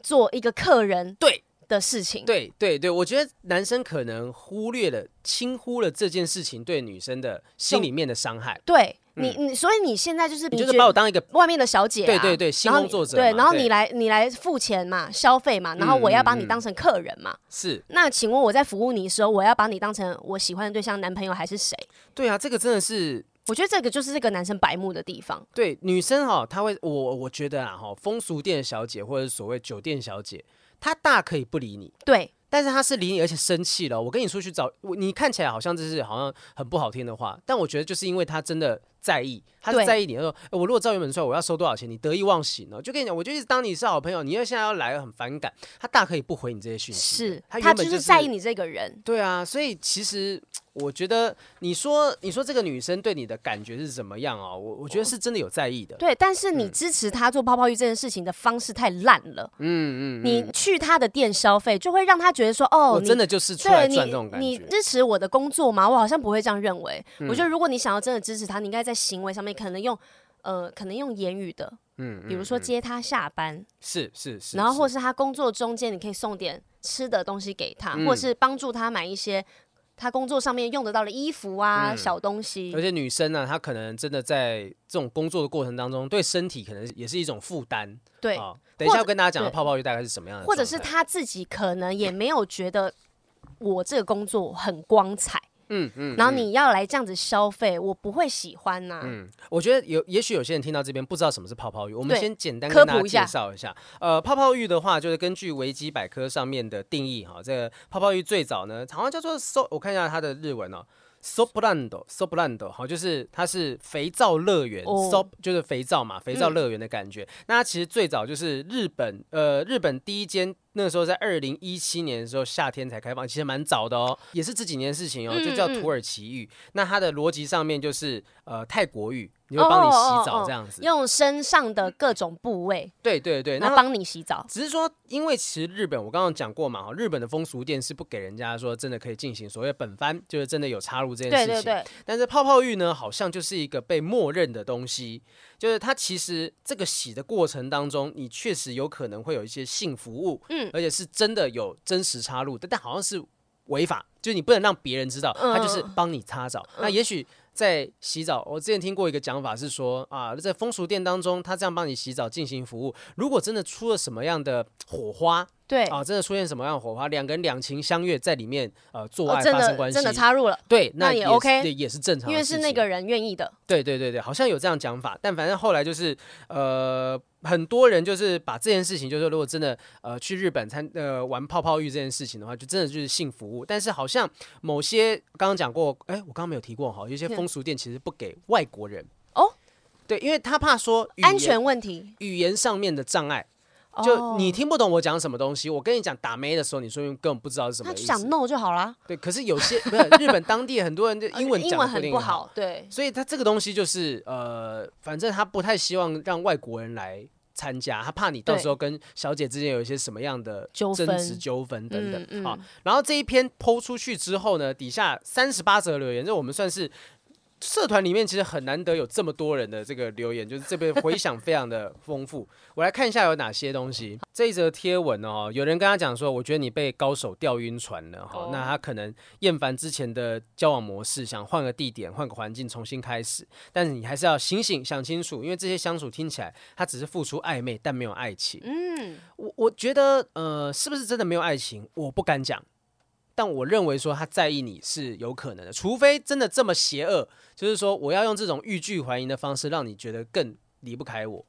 [SPEAKER 2] 做一个客人
[SPEAKER 1] 对
[SPEAKER 2] 的事情。
[SPEAKER 1] 对对对，我觉得男生可能忽略了、轻忽了这件事情对女生的心里面的伤害，
[SPEAKER 2] 对你你所以你现在就是
[SPEAKER 1] 嗯你
[SPEAKER 2] 你
[SPEAKER 1] 就是
[SPEAKER 2] 觉
[SPEAKER 1] 把我当一个
[SPEAKER 2] 外面的小姐、啊，
[SPEAKER 1] 对对对性
[SPEAKER 2] 然后
[SPEAKER 1] 工
[SPEAKER 2] 你
[SPEAKER 1] 作者
[SPEAKER 2] 对，
[SPEAKER 1] 嘛
[SPEAKER 2] 然后
[SPEAKER 1] 对嗯
[SPEAKER 2] 你来你来付钱嘛，消费嘛，然后我要把你当成客人嘛。
[SPEAKER 1] 是
[SPEAKER 2] 那请问我在服务你的时候，我要把你当成我喜欢的对象、男朋友还是谁？
[SPEAKER 1] 对啊，这个真的是
[SPEAKER 2] 我觉得这个就是这个男生白目的地方。
[SPEAKER 1] 对女生哈、她会我我觉得啊哈，风俗店小姐或者是所谓酒店小姐，她大可以不理你，
[SPEAKER 2] 对，
[SPEAKER 1] 但是她是理你，而且生气了。我跟你出去找我你看起来好像这是好像很不好听的话，但我觉得就是因为她真的在意，她是
[SPEAKER 2] 对
[SPEAKER 1] 在意你。她说、欸我如果照原本算，我要收多少钱？你得意忘形了。就跟你讲，我就一直当你是好朋友，你又现在要来很反感，她大可以不回你这些讯息。
[SPEAKER 2] 是
[SPEAKER 1] 嗯他
[SPEAKER 2] 他
[SPEAKER 1] 原本
[SPEAKER 2] 就
[SPEAKER 1] 就是
[SPEAKER 2] 是在意你这个人。
[SPEAKER 1] 对啊，所以其实我觉得你说你说这个女生对你的感觉是怎么样啊、我我觉得是真的有在意的。
[SPEAKER 2] 对，但是
[SPEAKER 1] 嗯
[SPEAKER 2] 你支持他做泡泡浴这件事情的方式太烂了。嗯嗯，你去他的店消费，就会让他觉得说，哦，
[SPEAKER 1] 我
[SPEAKER 2] 你
[SPEAKER 1] 真的就是出来
[SPEAKER 2] 对
[SPEAKER 1] 赚这种感
[SPEAKER 2] 你，你
[SPEAKER 1] 觉。嗯
[SPEAKER 2] 支持我的工作吗？我好像不会这样认为。我觉得如果你想要真的支持他，你应该在行为上面可能用。呃，可能用言语的，
[SPEAKER 1] 嗯，
[SPEAKER 2] 比如说接他下班，
[SPEAKER 1] 是是是，
[SPEAKER 2] 然后或
[SPEAKER 1] 是
[SPEAKER 2] 是他工作中间，你可以送点吃的东西给他，或
[SPEAKER 1] 嗯
[SPEAKER 2] 是帮助他买一些他工作上面用得到的衣服啊、小东西
[SPEAKER 1] 嗯而。且女生呢、啊她可能真的在这种工作的过程当中，对身体可能也是一种负担。
[SPEAKER 2] 对，
[SPEAKER 1] 啊等一下
[SPEAKER 2] 或
[SPEAKER 1] 要
[SPEAKER 2] 者
[SPEAKER 1] 跟大家讲的
[SPEAKER 2] 对
[SPEAKER 1] 泡泡浴大概是什么样的状
[SPEAKER 2] 或
[SPEAKER 1] 态，
[SPEAKER 2] 者是他自己可能也没有觉得我这个工作很光彩，
[SPEAKER 1] 嗯嗯，
[SPEAKER 2] 然后
[SPEAKER 1] 嗯
[SPEAKER 2] 你要来这样子消费，我不会喜欢呐、
[SPEAKER 1] 嗯，我觉得有，也许有些人听到这边不知道什么是泡泡浴，我们
[SPEAKER 2] 对
[SPEAKER 1] 先简单
[SPEAKER 2] 科
[SPEAKER 1] 跟大
[SPEAKER 2] 普
[SPEAKER 1] 家
[SPEAKER 2] 一下
[SPEAKER 1] 介绍一下。呃，泡泡浴的话，就是根据维基百科上面的定义哈，这个泡泡浴最早呢，好像叫做 so，我看一下它的日文哦。Sobrando，Sobrando，好，就是它是肥皂乐园、
[SPEAKER 2] 哦嗯
[SPEAKER 1] s o p 就是肥皂嘛，肥皂乐园的感觉。那它其实最早就是日本，呃，日本第一间，那个时候在二零一七年的时候夏天才开放，其实蛮早的哦，也是这几年的事情哦，就叫
[SPEAKER 2] 嗯嗯
[SPEAKER 1] 土耳其浴。那它的逻辑上面就是，呃，泰国浴，你会
[SPEAKER 2] 哦
[SPEAKER 1] 帮你洗澡这样子。
[SPEAKER 2] 用身上的各种部位，
[SPEAKER 1] 对对嗯对，
[SPEAKER 2] 然后
[SPEAKER 1] 那
[SPEAKER 2] 帮你洗澡。
[SPEAKER 1] 只是说，因为其实日本我刚刚讲过嘛，哈，日本的风俗店是不给人家说真的可以进行所谓本番，就是真的有插入这件事
[SPEAKER 2] 对
[SPEAKER 1] 情。
[SPEAKER 2] 对对，
[SPEAKER 1] 但是泡泡浴呢，好像就是一个被默认的东西，就是它其实这个洗的过程当中，你确实有可能会有一些性服务，
[SPEAKER 2] 嗯
[SPEAKER 1] 而且是真的有真实插入的，但好像是违法，就是你不能让别人知道，
[SPEAKER 2] 嗯
[SPEAKER 1] 他就是帮你擦澡。那也许。在洗澡，我之前听过一个讲法是说啊，在风俗店当中，他这样帮你洗澡进行服务，如果真的出了什么样的火花
[SPEAKER 2] 对，
[SPEAKER 1] 啊，真的出现什么样的火花，两个人两情相悦在里面呃做
[SPEAKER 2] 哦
[SPEAKER 1] 爱
[SPEAKER 2] 真
[SPEAKER 1] 发生关
[SPEAKER 2] 的
[SPEAKER 1] 系，
[SPEAKER 2] 真的插入了，
[SPEAKER 1] 对，
[SPEAKER 2] 那
[SPEAKER 1] 也
[SPEAKER 2] 也
[SPEAKER 1] 是
[SPEAKER 2] OK
[SPEAKER 1] 对也是正常的
[SPEAKER 2] 因
[SPEAKER 1] 事情，
[SPEAKER 2] 为是那个人愿意的。
[SPEAKER 1] 对对对对，好像有这样讲法，但反正后来就是呃，很多人就是把这件事情，就是说如果真的呃去日本参呃玩泡泡浴这件事情的话，就真的就是性服务。但是好像某些刚刚讲过，哎，我刚刚没有提过哈，有一些
[SPEAKER 2] 嗯
[SPEAKER 1] 风俗店其实不给外国人
[SPEAKER 2] 哦，
[SPEAKER 1] 对，因为他怕说语言
[SPEAKER 2] 安全问题，
[SPEAKER 1] 语言上面的障碍。就
[SPEAKER 2] 哦
[SPEAKER 1] 你听不懂我讲什么东西，我跟你讲打妹的时候，你说明根本不知道是什么
[SPEAKER 2] 他
[SPEAKER 1] 意
[SPEAKER 2] 就讲
[SPEAKER 1] 思。
[SPEAKER 2] no 就好啦。
[SPEAKER 1] 对，可是有些不是日本当地很多 人就英文
[SPEAKER 2] 呃英
[SPEAKER 1] 讲
[SPEAKER 2] 文
[SPEAKER 1] 的
[SPEAKER 2] 很
[SPEAKER 1] 定
[SPEAKER 2] 不
[SPEAKER 1] 很
[SPEAKER 2] 好，，对，
[SPEAKER 1] 所以他这个东西就是呃，反正他不太希望让外国人来参加，他怕你到时候跟小姐之间有一些什么样的
[SPEAKER 2] 纠
[SPEAKER 1] 争
[SPEAKER 2] 纷
[SPEAKER 1] 执纠纷等等、
[SPEAKER 2] 嗯
[SPEAKER 1] 啊
[SPEAKER 2] 嗯。
[SPEAKER 1] 然后这一篇抛出去之后呢，底下三十八则留言，这我们算是。社团里面其实很难得有这么多人的这个留言，就是这边回响非常的丰富。我来看一下有哪些东西。这一则贴文哦，有人跟他讲说，我觉得你被高手钓晕船了哈、
[SPEAKER 2] 哦
[SPEAKER 1] 那他可能厌烦之前的交往模式，想换个地点、换个环境重新开始。但是你还是要醒醒，想清楚，因为这些相处听起来，他只是付出暧昧，但没有爱情。
[SPEAKER 2] 嗯，
[SPEAKER 1] 我我觉得，呃，是不是真的没有爱情，我不敢讲。但我认为说他在意你是有可能的，除非真的这么邪恶，就是说我要用这种欲拒还迎的方式，让你觉得更离不开我。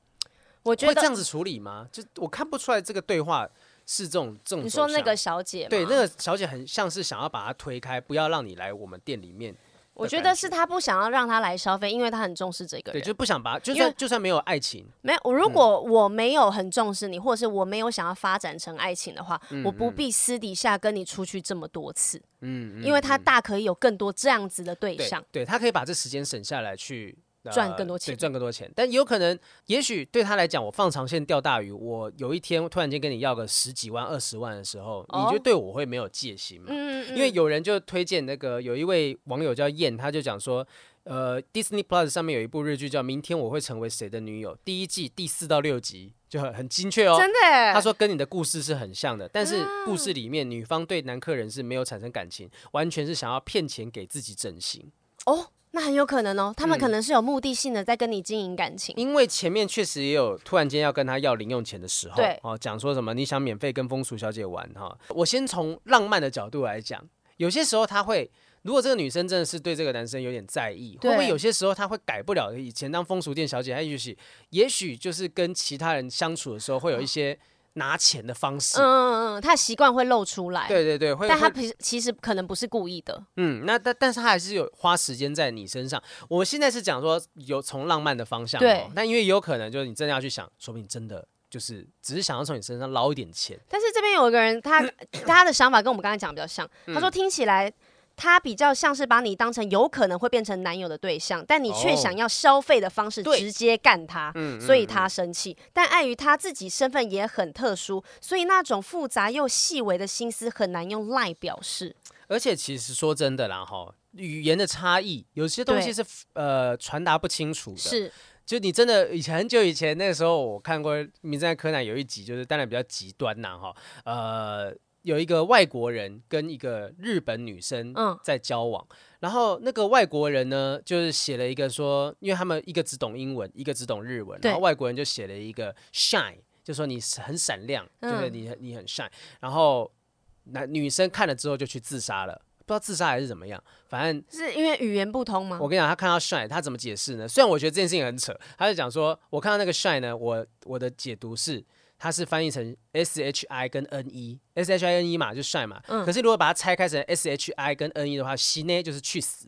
[SPEAKER 2] 我觉
[SPEAKER 1] 会这
[SPEAKER 2] 得
[SPEAKER 1] 样子处理吗？就我看不出来这个对话是这种这种
[SPEAKER 2] 你
[SPEAKER 1] 走
[SPEAKER 2] 说那
[SPEAKER 1] 向
[SPEAKER 2] 个小姐，
[SPEAKER 1] 对那，个小姐很像是想要把他推开，不要让你来我们店里面。
[SPEAKER 2] 我
[SPEAKER 1] 的
[SPEAKER 2] 觉
[SPEAKER 1] 感
[SPEAKER 2] 得
[SPEAKER 1] 觉
[SPEAKER 2] 是她不想要让她来消费，因为她很重视这个
[SPEAKER 1] 对，
[SPEAKER 2] 人。
[SPEAKER 1] 就不想把，就
[SPEAKER 2] 因为
[SPEAKER 1] 算就算没有爱情，
[SPEAKER 2] 没有，
[SPEAKER 1] 嗯
[SPEAKER 2] 如果我没有很重视你，或者是我没有想要发展成爱情的话，我不必私底下跟你出去这么多次，
[SPEAKER 1] 嗯，嗯
[SPEAKER 2] 因为他大可以有更多这样子的对
[SPEAKER 1] 对
[SPEAKER 2] 象。
[SPEAKER 1] 对，他可以把这时间省下来去。呃
[SPEAKER 2] 赚更多钱
[SPEAKER 1] 对，赚更多钱。但也有可能，也许对他来讲，我放长线钓大鱼，我有一天突然间跟你要个十几万、二十万的时候，你
[SPEAKER 2] 哦
[SPEAKER 1] 就对我会没有戒心嘛？
[SPEAKER 2] 嗯，嗯
[SPEAKER 1] 因为有人就推荐那个，有一位网友叫燕，他就讲说，呃，Disney Plus 上面有一部日剧叫《明天我会成为谁的女友》，第一季第四到六集就很很精确哦。
[SPEAKER 2] 真的啊耶，
[SPEAKER 1] 他说跟你的故事是很像的，但是故事里面女方对男客人是没有产生感情，完全是想要骗钱给自己整形。
[SPEAKER 2] 哦，那很有可能哦，他们
[SPEAKER 1] 嗯
[SPEAKER 2] 可能是有目的性的在跟你经营感情。
[SPEAKER 1] 因为前面确实也有突然间要跟他要零用钱的时候，
[SPEAKER 2] 对
[SPEAKER 1] 哦，讲说什么你想免费跟风俗小姐玩哈、我先从浪漫的角度来讲，有些时候他会。如果这个女生真的是对这个男生有点在意，会
[SPEAKER 2] 对
[SPEAKER 1] 不会有些时候她会改不了以前当风俗店小姐，她也许也许就是跟其他人相处的时候会有一些拿钱的方式，
[SPEAKER 2] 嗯嗯嗯，他的习惯会露出来，
[SPEAKER 1] 对对对，会
[SPEAKER 2] 但他
[SPEAKER 1] 会
[SPEAKER 2] 其实其实可能不是故意的。
[SPEAKER 1] 嗯，那但但是他还是有花时间在你身上。我们现在是讲说有从浪漫的方向、哦，
[SPEAKER 2] 对
[SPEAKER 1] 但因为有可能就是你真的要去想，说不定真的就是只是想要从你身上捞一点钱。
[SPEAKER 2] 但是这边有一个人，他
[SPEAKER 1] 嗯
[SPEAKER 2] 他的想法跟我们刚才讲的比较像。他说听起来他比较像是把你当成有可能会变成男友的对象，但你
[SPEAKER 1] 哦
[SPEAKER 2] 却想要消费的方式
[SPEAKER 1] 对嗯
[SPEAKER 2] 直接干他，所以他生气。但碍于他自己身份也很特殊，所以那种复杂又细微的心思很难用赖表示。
[SPEAKER 1] 而且其实说真的啦，哈，语言的差异，有些东西是呃传达不清楚的。，
[SPEAKER 2] 是
[SPEAKER 1] 就你真的以前很久以前那个时候，我看过《名侦探柯南》有一集，就是当然比较极端呐，哈，呃。有一个外国人跟一个日本女生
[SPEAKER 2] 嗯
[SPEAKER 1] 在交往，然后那个外国人呢，就是写了一个说，因为他们一个只懂英文，一个只懂日文，
[SPEAKER 2] 对
[SPEAKER 1] 然后外国人就写了一个 shine，就说你很闪亮，就
[SPEAKER 2] 嗯
[SPEAKER 1] 是你很你很 shine，然后男女生看了之后就去自杀了，不知道自杀还是怎么样，反正
[SPEAKER 2] 是因为语言不通吗
[SPEAKER 1] 我？跟你讲，他看到 shine，他怎么解释呢？虽然我觉得这件事情很扯，他就讲说，我看到那个 shine 呢，我我的解读是，它是翻译成 s h i 跟 n e，s h i n e 嘛，就 shine 嘛。可是如果把它拆开成 s h i 跟 n e 的话，西呢就是去死。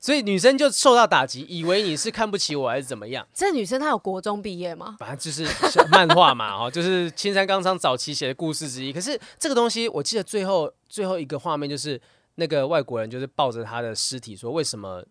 [SPEAKER 1] 所以女生就受到打击，以为你是看不起我还是怎么样，
[SPEAKER 2] 这女生她有国中毕业吗？
[SPEAKER 1] 反正就是是漫画嘛，哦，就是青山刚昌早期写的故事之一。可是这个东西，我记得最后最后一个画面就是那个外国人就是抱着他的尸体说，为什么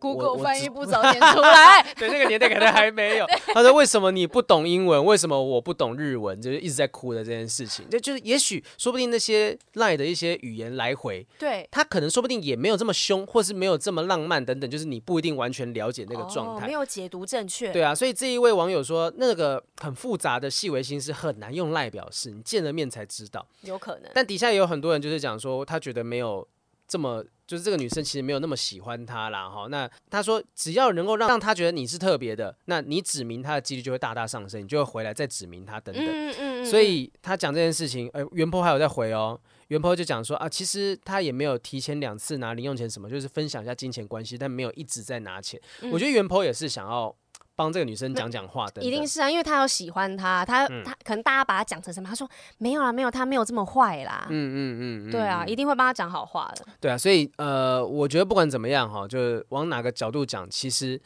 [SPEAKER 1] Google 我知翻译
[SPEAKER 2] 不早点出 来，
[SPEAKER 1] 对，那个年代可能还没 有。他说：“为什么你不懂英文？为什么我不懂日文？”就是一直在哭的这件事情，就就是也许说不定那些赖的一些语言来回，
[SPEAKER 2] 对，
[SPEAKER 1] 他可能说不定也没有这么凶，或是没有这么浪漫等等，就是你不一定完全了解那个状
[SPEAKER 2] 哦没
[SPEAKER 1] 态。
[SPEAKER 2] 有解读正确。
[SPEAKER 1] 对啊，所以这一位网友说，那个很复杂的细微心思很难用赖表示，你见了面才知道。
[SPEAKER 2] 有可能。
[SPEAKER 1] 但底下也有很多人就是讲说，他觉得没有这么，就是这个女生其实没有那么喜欢他啦。哈，那他说只要能够让让他觉得你是特别的，那你指明他的几率就会大大上升，你就会回来再指明他等等。
[SPEAKER 2] 嗯嗯
[SPEAKER 1] 所以他讲这件事情，呃，袁坡还有在回哦。袁坡就讲说啊，其实他也没有提前两次拿零用钱什么，就是分享一下金钱关系，但没有一直在拿钱。我觉得袁坡也是想要帮这个女生讲讲话的，
[SPEAKER 2] 嗯一定是啊，因为他有喜欢他，他、
[SPEAKER 1] 嗯
[SPEAKER 2] 他可能大家把他讲成什么？他说没有啦，没有，他没有这么坏啦。
[SPEAKER 1] 嗯嗯嗯嗯，
[SPEAKER 2] 对啊，一定会帮他讲好话的。
[SPEAKER 1] 对啊，所以呃，我觉得不管怎么样哈，就是往哪个角度讲，其实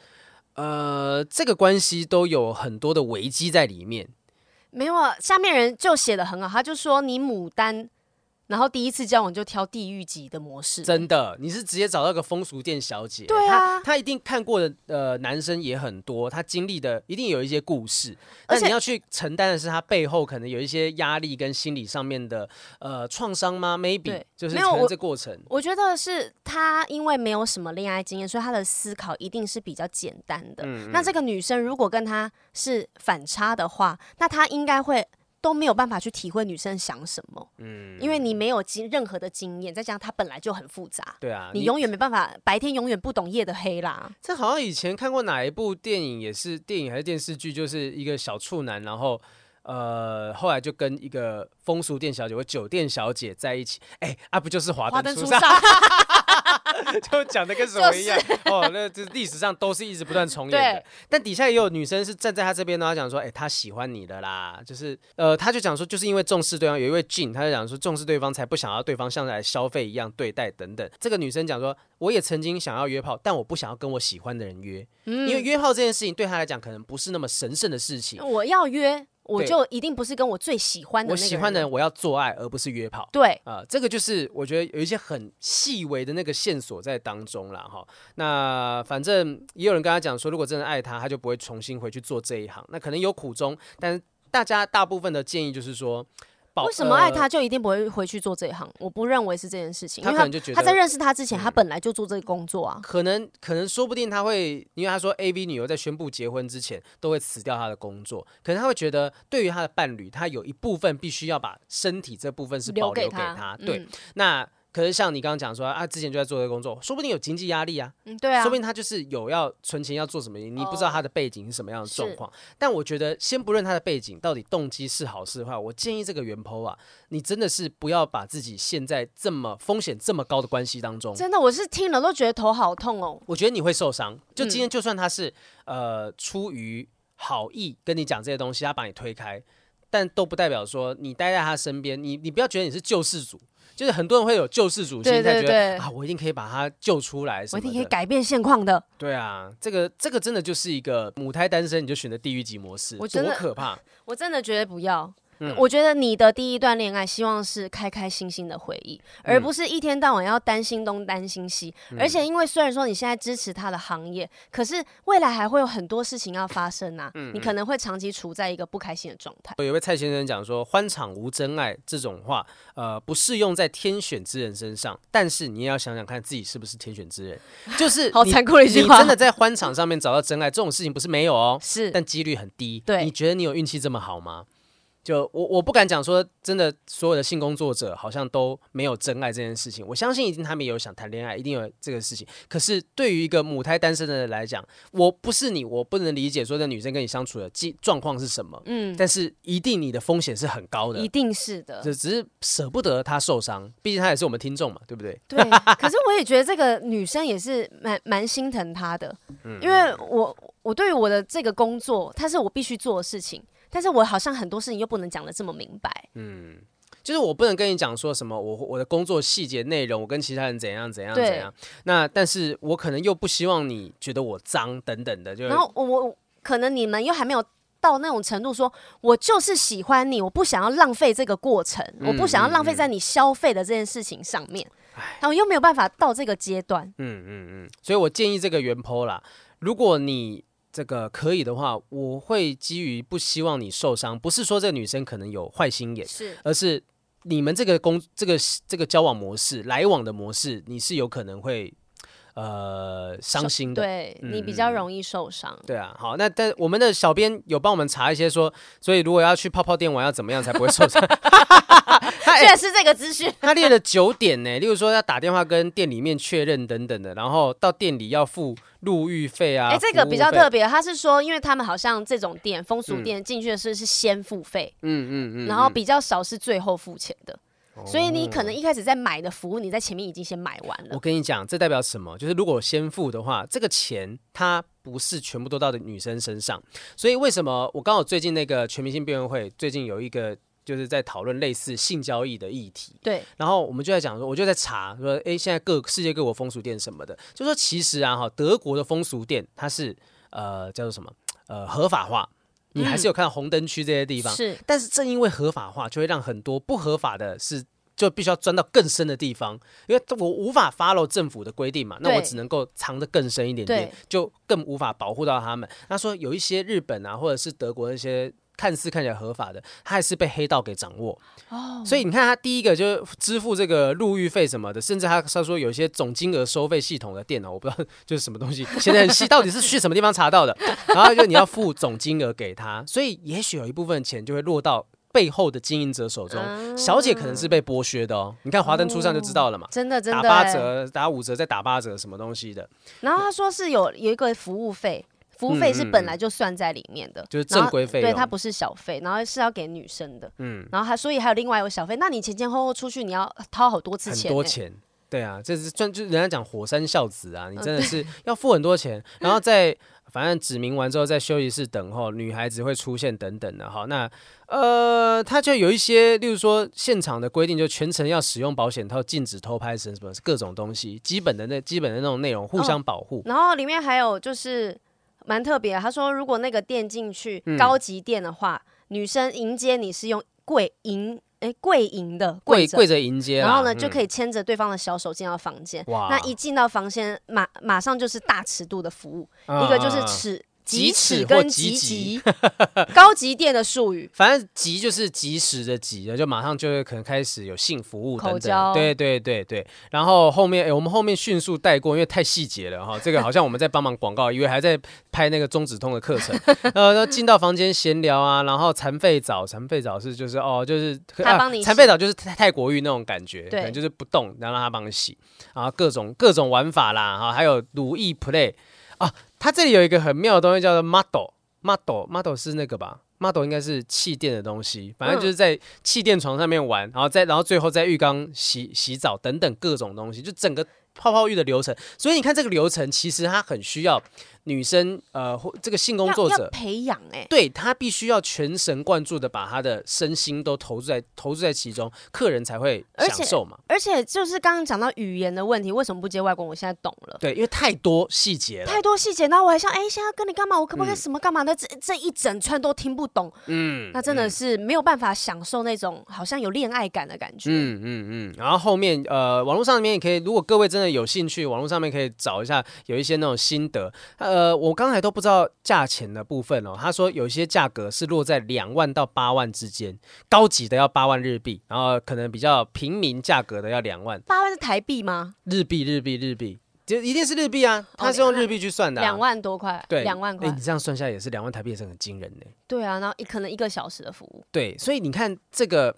[SPEAKER 1] 呃，这个关系都有很多的危机在里面。
[SPEAKER 2] 没有啊，下面人就写的很好，他就说你牡丹，然后第一次交往就挑地狱级的模式，
[SPEAKER 1] 真的，你是直接找到一个风俗店小姐，
[SPEAKER 2] 对啊
[SPEAKER 1] 她她一定看过的呃男生也很多，她经历的一定有一些故事，
[SPEAKER 2] 而
[SPEAKER 1] 但
[SPEAKER 2] 且
[SPEAKER 1] 你要去承担的是她背后可能有一些压力跟心理上面的呃创伤吗？maybe
[SPEAKER 2] 对
[SPEAKER 1] 就是
[SPEAKER 2] 没有
[SPEAKER 1] 可能
[SPEAKER 2] 我
[SPEAKER 1] 这过程，
[SPEAKER 2] 我觉得是他因为没有什么恋爱经验，所以他的思考一定是比较简单的。
[SPEAKER 1] 嗯
[SPEAKER 2] 那这个女生如果跟他是反差的话，那他应该会都没有办法去体会女生想什么。嗯，因为你没有经任何的经验，再加上他本来就很复杂，
[SPEAKER 1] 对啊，
[SPEAKER 2] 你永远没办法白天永远不懂夜的黑啦。
[SPEAKER 1] 这好像以前看过哪一部电影，也是电影还是电视剧，就是一个小处男，然后呃，后来就跟一个风俗店小姐或酒店小姐在一起。哎，啊，不就是华
[SPEAKER 2] 华
[SPEAKER 1] 灯
[SPEAKER 2] 灯初
[SPEAKER 1] 初上，
[SPEAKER 2] 上，
[SPEAKER 1] 就讲的跟什么一样、哦，那这历史上都是一直不断重演的
[SPEAKER 2] 对。
[SPEAKER 1] 但底下也有女生是站在他这边，然后讲说，哎，他喜欢你的啦，就是呃，他就讲说，就是因为重视对方，有一位 Jin，他就讲说重视对方才不想要对方像来消费一样对待等等。这个女生讲说，我也曾经想要约炮，但我不想要跟我喜欢的人约，因为约炮这件事情对他来讲可能不是那么神圣的事情。
[SPEAKER 2] 我要约，我
[SPEAKER 1] 对
[SPEAKER 2] 就一定不是跟我最喜欢的
[SPEAKER 1] 我
[SPEAKER 2] 那个
[SPEAKER 1] 喜欢的
[SPEAKER 2] 人
[SPEAKER 1] 人，我要做爱，而不是约炮。
[SPEAKER 2] 对。
[SPEAKER 1] 啊、这个就是我觉得有一些很细微的那个线索在当中啦，哈。那反正也有人跟他讲说，如果真的爱他，他就不会重新回去做这一行。那可能有苦衷，但是大家大部分的建议就是说，保
[SPEAKER 2] 为什么爱
[SPEAKER 1] 呃
[SPEAKER 2] 他就一定不会回去做这一行？我不认为是这件事情，
[SPEAKER 1] 他
[SPEAKER 2] 因为
[SPEAKER 1] 可能就觉得嗯
[SPEAKER 2] 他在认识他之前，他本来就做这个工作啊。
[SPEAKER 1] 可能可能说不定他会，因为他说 A V 女优在宣布结婚之前都会辞掉她的工作，可能他会觉得对于他的伴侣，他有一部分必须要把身体这部分是保留
[SPEAKER 2] 给
[SPEAKER 1] 给他。对，
[SPEAKER 2] 嗯
[SPEAKER 1] 那可是像你刚刚讲说啊，之前就在做这个工作，说不定有经济压力啊，
[SPEAKER 2] 嗯，对啊，
[SPEAKER 1] 说不定他就是有要存钱要做什么，你不知道他的背景是什么样的状况。但我觉得先不论他的背景到底动机是好是坏，我建议这个原 PO 啊，你真的是不要把自己陷在这么风险这么高的关系当中。
[SPEAKER 2] 真的，我是听了都觉得头好痛哦。
[SPEAKER 1] 我觉得你会受伤。就今天，就算他是、呃出于好意跟你讲这些东西，他把你推开，但都不代表说你待在他身边，你你不要觉得你是救世主。就是很多人会有救世主心态，
[SPEAKER 2] 对对
[SPEAKER 1] 觉得
[SPEAKER 2] 对
[SPEAKER 1] 啊，我一定可以把他救出来什
[SPEAKER 2] 我
[SPEAKER 1] 么
[SPEAKER 2] 一
[SPEAKER 1] 的。
[SPEAKER 2] 定可以改变现况的。
[SPEAKER 1] 对啊，这个这个真的就是一个母胎单身，你就选择地狱级模式，
[SPEAKER 2] 我真的
[SPEAKER 1] 多可怕！
[SPEAKER 2] 我真的觉得不要。
[SPEAKER 1] 嗯
[SPEAKER 2] 我觉得你的第一段恋爱，希望是开开心心的回忆，
[SPEAKER 1] 嗯
[SPEAKER 2] 而不是一天到晚要担心东担心西。而且，因为虽然说你现在支持他的行业，可是未来还会有很多事情要发生啊。
[SPEAKER 1] 嗯
[SPEAKER 2] 你可能会长期处在一个不开心的状态。
[SPEAKER 1] 有一位蔡先生讲说，欢场无真爱这种话，呃，不适用在天选之人身上，但是你也要想想看自己是不是天选之人，就是
[SPEAKER 2] 好
[SPEAKER 1] 你
[SPEAKER 2] 残酷的一句话
[SPEAKER 1] 你真的在欢场上面找到真爱，这种事情不是没有哦，
[SPEAKER 2] 是，
[SPEAKER 1] 但几率很低。
[SPEAKER 2] 对
[SPEAKER 1] 你觉得你有运气这么好吗？就我我不敢讲说真的，所有的性工作者好像都没有真爱这件事情。我相信一定他们也有想谈恋爱，一定有这个事情。可是对于一个母胎单身的人来讲，我不是你，我不能理解说这女生跟你相处的状状况是什么。
[SPEAKER 2] 嗯，
[SPEAKER 1] 但是一定你的风险是很高
[SPEAKER 2] 一
[SPEAKER 1] 的，
[SPEAKER 2] 定是的。
[SPEAKER 1] 只只是舍不得她受伤，毕竟她也是我们听众嘛，对不对？
[SPEAKER 2] 对，可是我也觉得这个女生也是蛮蛮心疼她的，
[SPEAKER 1] 嗯
[SPEAKER 2] 因为我我对于我的这个工作，它是我必须做的事情，但是我好像很多事情又不能讲的这么明白。
[SPEAKER 1] 就是我不能跟你讲说什么我我的工作细节内容，我跟其他人怎样怎样
[SPEAKER 2] 对
[SPEAKER 1] 怎样。那但是我可能又不希望你觉得我脏等等的，就是
[SPEAKER 2] 然后我我可能你们又还没有到那种程度说，我就是喜欢你，我不想要浪费这个过程，我不想要浪费
[SPEAKER 1] 嗯
[SPEAKER 2] 在你消费的这件事情上面，然后又没有办法到这个阶段。
[SPEAKER 1] 嗯嗯嗯。所以我建议这个原 po 啦，如果你这个可以的话，我会基于不希望你受伤，不是说这个女生可能有坏心眼，
[SPEAKER 2] 是，
[SPEAKER 1] 而是你们这个工这个这个交往模式、来往的模式，你是有可能会呃伤心的。嗯
[SPEAKER 2] 对你比较容易受伤。
[SPEAKER 1] 对啊，好，那但我们的小编有帮我们查一些说，所以如果要去泡泡店玩，要怎么样才不会受伤？ 他
[SPEAKER 2] 居
[SPEAKER 1] 哎、
[SPEAKER 2] 然是这个资讯，
[SPEAKER 1] 他列了九点呢、例如说要打电话跟店里面确认等等的，然后到店里要付入浴费啊。
[SPEAKER 2] 哎、这个
[SPEAKER 1] 服务
[SPEAKER 2] 比较
[SPEAKER 1] 费嗯
[SPEAKER 2] 特，别，他是说，因为他们好像这种店风俗店进去的是是先付费，
[SPEAKER 1] 嗯嗯嗯，哦
[SPEAKER 2] 然后比较少是最后付钱的。所以你可能一开始在买的服务，你在前面已经先买完
[SPEAKER 1] 我
[SPEAKER 2] 了。
[SPEAKER 1] 跟你讲，这代表什么？就是如果先付的话，这个钱它不是全部都到的女生身上。所以为什么我刚好最近那个全明星辩论会最近有一个就是在讨论类似性交易的议题，
[SPEAKER 2] 对，
[SPEAKER 1] 然后我们就在讲说，我就在查说，诶，现在各世界各国风俗店什么的，就说其实啊哈，德国的风俗店它是呃叫做什么呃合法化，你还是有看到红灯区这些地方，
[SPEAKER 2] 嗯是
[SPEAKER 1] 但是正因为合法化，就会让很多不合法的是。就必须要钻到更深的地方，因为我无法 follow 政府的规定嘛，那我
[SPEAKER 2] 对
[SPEAKER 1] 只能够藏得更深一点点
[SPEAKER 2] 对，
[SPEAKER 1] 就更无法保护到他们。他说有一些日本啊，或者是德国那些看似看起来合法的，他还是被黑道给掌握。
[SPEAKER 2] 哦，
[SPEAKER 1] 所以你看，他第一个就是支付这个入狱费什么的，甚至他他说有一些总金额收费系统的电脑，我不知道就是什么东西，现在很细，到底是去什么地方 查到的？然后就你要付总金额给他，所以也许有一部分钱就会落到背后的经营者手中。
[SPEAKER 2] 啊
[SPEAKER 1] 小姐可能是被剥削的哦，你看华灯初上就知道了嘛。
[SPEAKER 2] 真的真哎
[SPEAKER 1] 打
[SPEAKER 2] 的、
[SPEAKER 1] 八折，打五折，再打八折，什么东西的，
[SPEAKER 2] 然后他说是有有一个服务费，服务费是本来就算在里面的，
[SPEAKER 1] 嗯就是
[SPEAKER 2] 然后
[SPEAKER 1] 正规费用
[SPEAKER 2] 对，它不是小费，然后是要给女生的。
[SPEAKER 1] 嗯
[SPEAKER 2] 嗯，然后还所以还有另外有小费，那你前前后后出去你要掏好多次
[SPEAKER 1] 很
[SPEAKER 2] 钱、
[SPEAKER 1] 多。钱。对啊，这是赚，就是人家讲火山孝子
[SPEAKER 2] 嗯
[SPEAKER 1] 啊，你真的是要付很多钱，然后再反正指明完之后，在休息室等候女孩子会出现等等的哈。那呃，他就有一些，例如说现场的规定，就全程要使用保险套，禁止偷拍什么各种东西，基本的那基本的那种内
[SPEAKER 2] 哦
[SPEAKER 1] 容互相保护。
[SPEAKER 2] 然后里面还有就是蛮特别的，他说如果那个店进去、
[SPEAKER 1] 嗯
[SPEAKER 2] 高级店的话，女生迎接你是用跪迎，哎跪迎的
[SPEAKER 1] 跪
[SPEAKER 2] 着。
[SPEAKER 1] 跪着迎接啦，
[SPEAKER 2] 然后呢，
[SPEAKER 1] 嗯
[SPEAKER 2] 就可以牵着对方的小手进到房间。
[SPEAKER 1] 哇
[SPEAKER 2] 那一进到房间，马马上就是大尺度的服务，一个就是，
[SPEAKER 1] 啊啊啊
[SPEAKER 2] 尺、
[SPEAKER 1] 几
[SPEAKER 2] 几
[SPEAKER 1] 尺
[SPEAKER 2] 尺
[SPEAKER 1] 或
[SPEAKER 2] 跟
[SPEAKER 1] 几
[SPEAKER 2] 几
[SPEAKER 1] 级
[SPEAKER 2] 级，高级店的术语。
[SPEAKER 1] 反正急就是及时的急了，就马上就会可能开始有性服务等
[SPEAKER 2] 口
[SPEAKER 1] 等。
[SPEAKER 2] 交
[SPEAKER 1] 对对对对，然后后面哎、诶我们后面迅速带过，因为太细节了哈。这个好像我们在帮忙广告，因为还在拍那个中止痛的课程。呃，那进到房间闲聊啊，然后残废澡，残废澡是就是哦，就是
[SPEAKER 2] 他帮你洗
[SPEAKER 1] 残废澡就是泰泰国浴那种感觉，
[SPEAKER 2] 对
[SPEAKER 1] 可能就是不动，然后让他帮你洗，然后各种各种玩法啦哈，还有鲁艺 play 啊，它这里有一个很妙的东西叫做 model。model model 是那个吧？model 应该是气垫的东西，反正就是在气垫床上面玩，然后再然后最后在浴缸洗洗澡等等各种东西，就整个泡泡浴的流程。所以你看这个流程，其实它很需要女生呃或这个性工
[SPEAKER 2] 要
[SPEAKER 1] 作
[SPEAKER 2] 要
[SPEAKER 1] 者。
[SPEAKER 2] 培养哎、
[SPEAKER 1] 对她必须要全神贯注的把她的身心都投注在投注在其中，客人才会
[SPEAKER 2] 而
[SPEAKER 1] 享
[SPEAKER 2] 且
[SPEAKER 1] 受嘛。
[SPEAKER 2] 而且就是刚刚讲到语言的问题，为什么不接外国？我现在懂了。
[SPEAKER 1] 对，因为太多细节了，
[SPEAKER 2] 太多细节，然后我还想，哎、现在要跟你干嘛？我可不可以什么干嘛的？这这一整串都听不懂，
[SPEAKER 1] 嗯
[SPEAKER 2] 那真的
[SPEAKER 1] 嗯
[SPEAKER 2] 是没有办法享受那种好像有恋爱感的感觉。
[SPEAKER 1] 嗯嗯嗯，然后后面呃，网络上面也可以，如果各位真的有兴趣，网络上面可以找一下有一些那种心得。呃，我刚才都不知道价钱的部分哦，他说有些价格是落在两万到八万之间，高级的要八万日币，然后可能比较平民价格的要两万
[SPEAKER 2] 八万是台币吗？
[SPEAKER 1] 日币，日币，日币，就一定是日币啊，他是用日币去算的、啊，
[SPEAKER 2] 两、。万多块，
[SPEAKER 1] 对，
[SPEAKER 2] 两万
[SPEAKER 1] 哎
[SPEAKER 2] 块
[SPEAKER 1] 你，这样算下来也是两万台币，也是很惊人呢、
[SPEAKER 2] 对啊，然后一可能一个小时的服务，
[SPEAKER 1] 对，所以你看这个，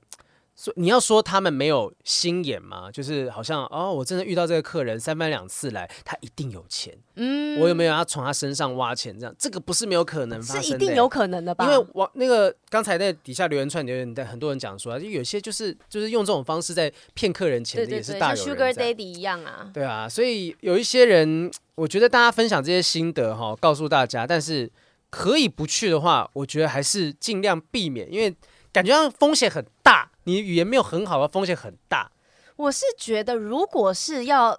[SPEAKER 1] 所以你要说他们没有心眼吗？就是好像哦，我真的遇到这个客人三番两次来，他一定有钱，
[SPEAKER 2] 嗯，
[SPEAKER 1] 我有没有要从他身上挖钱？这样这个不是没有可能发
[SPEAKER 2] 是
[SPEAKER 1] 生
[SPEAKER 2] 一
[SPEAKER 1] 的
[SPEAKER 2] 定
[SPEAKER 1] 欸
[SPEAKER 2] 有可能的吧？
[SPEAKER 1] 因为网那个刚才那底下留言串留言，但很多人讲说啊，就有些就是就是用这种方式在骗客人钱
[SPEAKER 2] 对
[SPEAKER 1] 的，也
[SPEAKER 2] 对
[SPEAKER 1] 是
[SPEAKER 2] 对，
[SPEAKER 1] 大
[SPEAKER 2] 像
[SPEAKER 1] 有
[SPEAKER 2] Sugar
[SPEAKER 1] 人在。
[SPEAKER 2] Daddy 一样啊，
[SPEAKER 1] 对啊，所以有一些人，我觉得大家分享这些心得哈、告诉大家，但是可以不去的话，我觉得还是尽量避免，因为感觉上风险很大，你语言没有很好的风险很大
[SPEAKER 2] 我是觉得，如果是要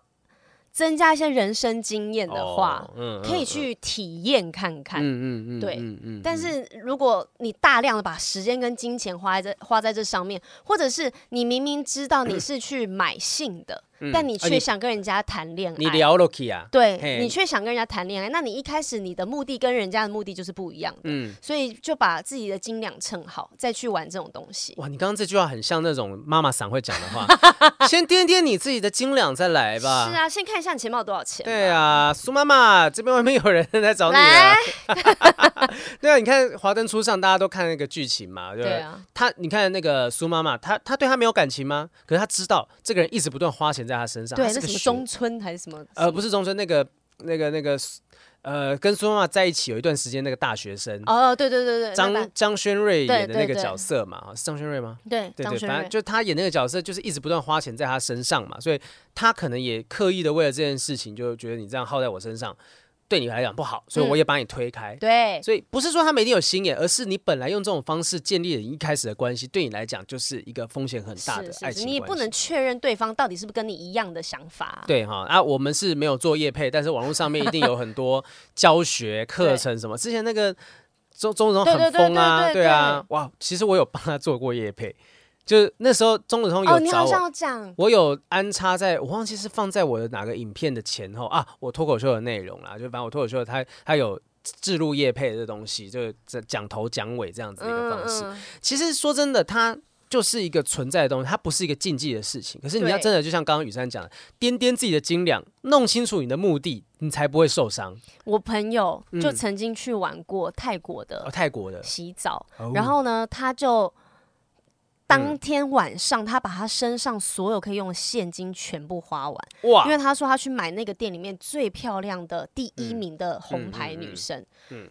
[SPEAKER 2] 增加一些人生经验的话，
[SPEAKER 1] 哦嗯
[SPEAKER 2] 可以，去体验看看。
[SPEAKER 1] 嗯嗯嗯嗯，
[SPEAKER 2] 对
[SPEAKER 1] 嗯嗯，
[SPEAKER 2] 但是如果你大量的把时间跟金钱花在这花在这上面，或者是你明明知道你是去买性的，但你
[SPEAKER 1] 啊你
[SPEAKER 2] 却想跟人家谈恋爱，
[SPEAKER 1] 你聊 l o k 啊，嘿
[SPEAKER 2] 对你却想跟人家谈恋爱，那你一开始你的目的跟人家的目的就是不一样的，
[SPEAKER 1] 嗯
[SPEAKER 2] 所以就把自己的斤两称好，再去玩这种东西。
[SPEAKER 1] 哇，你刚刚这句话很像那种妈妈嗓会讲的话， 先掂掂你自己的斤两再来
[SPEAKER 2] 是
[SPEAKER 1] 吧。
[SPEAKER 2] 啊，先看一下你钱包有多少钱。
[SPEAKER 1] 对，啊，苏妈妈，这边外面有人在找你啊
[SPEAKER 2] 来。
[SPEAKER 1] 对啊，你看《华灯初上》，大家都看那个剧情嘛，对不
[SPEAKER 2] 对
[SPEAKER 1] 对？
[SPEAKER 2] 啊，
[SPEAKER 1] 他，你看那个苏妈妈，她她对他没有感情吗？可是她知道这个人一直不断花钱在她身上，
[SPEAKER 2] 对，啊
[SPEAKER 1] 她是
[SPEAKER 2] 那
[SPEAKER 1] 个
[SPEAKER 2] 什么
[SPEAKER 1] 学
[SPEAKER 2] 中村还是什么？
[SPEAKER 1] 呃不是中村那个那个那个呃跟孙妈妈在一起有一段时间那个大学生、
[SPEAKER 2] 哦，对对对对，那
[SPEAKER 1] 张
[SPEAKER 2] 版
[SPEAKER 1] 张轩瑞演
[SPEAKER 2] 对
[SPEAKER 1] 的那
[SPEAKER 2] 对
[SPEAKER 1] 个
[SPEAKER 2] 对
[SPEAKER 1] 角色嘛，啊是张轩瑞吗？
[SPEAKER 2] 对
[SPEAKER 1] 对
[SPEAKER 2] 张
[SPEAKER 1] 对，
[SPEAKER 2] 学
[SPEAKER 1] 反
[SPEAKER 2] 瑞
[SPEAKER 1] 正，就他演那个角色，就是一直不断花钱在他身上嘛，所以他可能也刻意的为了这件事情，就觉得你这样耗在我身上，对你来讲不好，所以
[SPEAKER 2] 嗯
[SPEAKER 1] 我也把你推开。
[SPEAKER 2] 对
[SPEAKER 1] 所以不是说他们一定有心眼，而是你本来用这种方式建立了一开始的关系，对你来讲就是一个风险很大的
[SPEAKER 2] 是
[SPEAKER 1] 爱
[SPEAKER 2] 是
[SPEAKER 1] 情
[SPEAKER 2] 是，你也
[SPEAKER 1] 关
[SPEAKER 2] 不
[SPEAKER 1] 系
[SPEAKER 2] 能确认对方到底是不是跟你一样的想法啊、
[SPEAKER 1] 对哈啊，我们是没有做业配，但是网络上面一定有很多教学课程什么。之前那个钟钟子通
[SPEAKER 2] 对
[SPEAKER 1] 很
[SPEAKER 2] 对对
[SPEAKER 1] 疯啊，
[SPEAKER 2] 对对
[SPEAKER 1] 对啊，哇，其实我有帮他做过业配，就是那时候钟子通
[SPEAKER 2] 哦，
[SPEAKER 1] 有
[SPEAKER 2] 你
[SPEAKER 1] 找
[SPEAKER 2] 好
[SPEAKER 1] 我，
[SPEAKER 2] 像有讲，
[SPEAKER 1] 我有安插在，我忘记是放在我的哪个影片的前后啊，我脱口秀的内容啦，就反正我脱口秀它它有置入业配的东西，就是这讲头讲尾这样子的一个方式。
[SPEAKER 2] 嗯，
[SPEAKER 1] 其实说真的，它就是一个存在的东西，它不是一个禁忌的事情。可是你
[SPEAKER 2] 对
[SPEAKER 1] 要真的，就像刚刚雨珊讲的，掂掂自己的斤两，弄清楚你的目的，你才不会受伤。
[SPEAKER 2] 我朋友就
[SPEAKER 1] 嗯
[SPEAKER 2] 曾经去玩过泰国
[SPEAKER 1] 哦，
[SPEAKER 2] 的
[SPEAKER 1] 泰国的，
[SPEAKER 2] 洗澡，
[SPEAKER 1] 哦
[SPEAKER 2] 然后呢，他就当天晚上他把他身上所有可以用的现金全部花完，
[SPEAKER 1] 哇
[SPEAKER 2] 因为他说他去买那个店里面最漂亮的第一名的红牌女
[SPEAKER 1] 嗯
[SPEAKER 2] 生，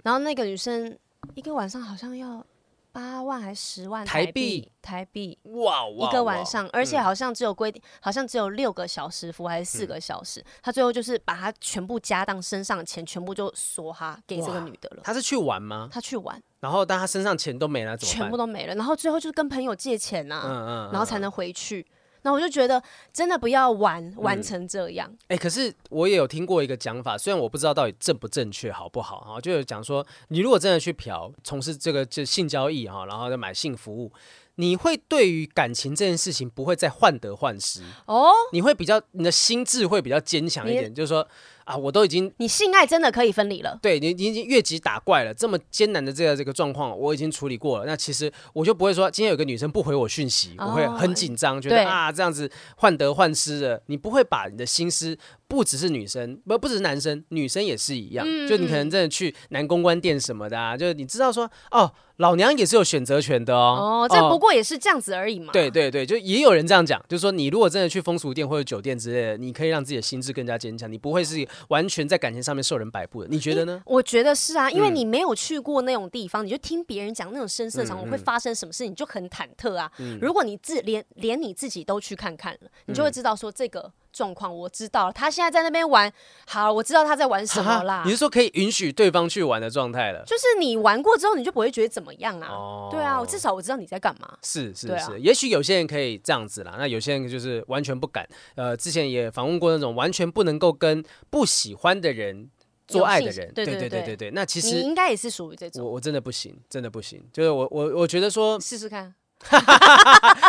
[SPEAKER 2] 然后那个女生一个晚上好像要八万还十万
[SPEAKER 1] 台
[SPEAKER 2] 台币，台币。
[SPEAKER 1] 哇
[SPEAKER 2] 一
[SPEAKER 1] 哇
[SPEAKER 2] 个晚
[SPEAKER 1] 哇嗯
[SPEAKER 2] 上，而且好像只有规定，好像只有六个小时服还是四个小时。他最后就是把他全部家当身上的钱全部就梭哈给这个女的了。
[SPEAKER 1] 他是去玩吗？
[SPEAKER 2] 他去玩，
[SPEAKER 1] 然后但他身上钱都没了，怎么办？
[SPEAKER 2] 全部都没了，然后最后就是跟朋友借钱呐、
[SPEAKER 1] 嗯嗯，
[SPEAKER 2] 然后才
[SPEAKER 1] 嗯
[SPEAKER 2] 能回去。那我就觉得真的不要玩玩成这样，
[SPEAKER 1] 哎、可是我也有听过一个讲法，虽然我不知道到底正不正确、好不好哈，就有讲说，你如果真的去嫖，从事这个就性交易哈，然后再买性服务，你会对于感情这件事情不会再患得患失
[SPEAKER 2] 哦，
[SPEAKER 1] 你会比较你的心智会比较坚强一
[SPEAKER 2] 你
[SPEAKER 1] 点，就是说啊，我都已经
[SPEAKER 2] 你性爱真的可以分离了。
[SPEAKER 1] 对你你已经越级打怪了，这么艰难的这个这个状况，我已经处理过了。那其实我就不会说今天有个女生不回我讯息，我会
[SPEAKER 2] 哦
[SPEAKER 1] 很紧张，觉得
[SPEAKER 2] 对
[SPEAKER 1] 啊这样子患得患失的。你不会把你的心思，不只是女生，不不只是男生，女生也是一样。
[SPEAKER 2] 嗯
[SPEAKER 1] 就你可能真的去男公关店什么的啊，就是你知道说哦，老娘也是有选择权的哦
[SPEAKER 2] 哦，。这不过也是这样子而已嘛。
[SPEAKER 1] 对对对，就也有人这样讲，就是说你如果真的去风俗店或者酒店之类的，你可以让自己的心智更加坚强，你不会是完全在感情上面受人摆布的。你觉得呢？
[SPEAKER 2] 我觉得是啊，因
[SPEAKER 1] 嗯
[SPEAKER 2] 为你没有去过那种地方，你就听别人讲那种深色场
[SPEAKER 1] 嗯
[SPEAKER 2] 合
[SPEAKER 1] 嗯
[SPEAKER 2] 会发生什么事，你就很忐忑啊。如果你自连连你自己都去看看了，
[SPEAKER 1] 嗯
[SPEAKER 2] 你就会知道说这个状况，我知道了，他现在在那边玩，好，我知道他在玩什么啦
[SPEAKER 1] 你。是说可以允许对方去玩的状态了？
[SPEAKER 2] 就是你玩过之后，你就不会觉得怎么样啊。
[SPEAKER 1] 哦
[SPEAKER 2] 对啊，我至少我知道你在干嘛。
[SPEAKER 1] 是是是，
[SPEAKER 2] 对啊
[SPEAKER 1] 也许有些人可以这样子啦，那有些人就是完全不敢。呃，之前也访问过那种完全不能够跟不喜欢的人做爱的
[SPEAKER 2] 有兴
[SPEAKER 1] 人，
[SPEAKER 2] 趣对
[SPEAKER 1] 对
[SPEAKER 2] 对
[SPEAKER 1] 对
[SPEAKER 2] 对
[SPEAKER 1] 对那其
[SPEAKER 2] 你
[SPEAKER 1] 实
[SPEAKER 2] 应该也是属于这
[SPEAKER 1] 我
[SPEAKER 2] 种，
[SPEAKER 1] 我真的不行，真的不行。就是我我我觉 得说，
[SPEAKER 2] 试试看。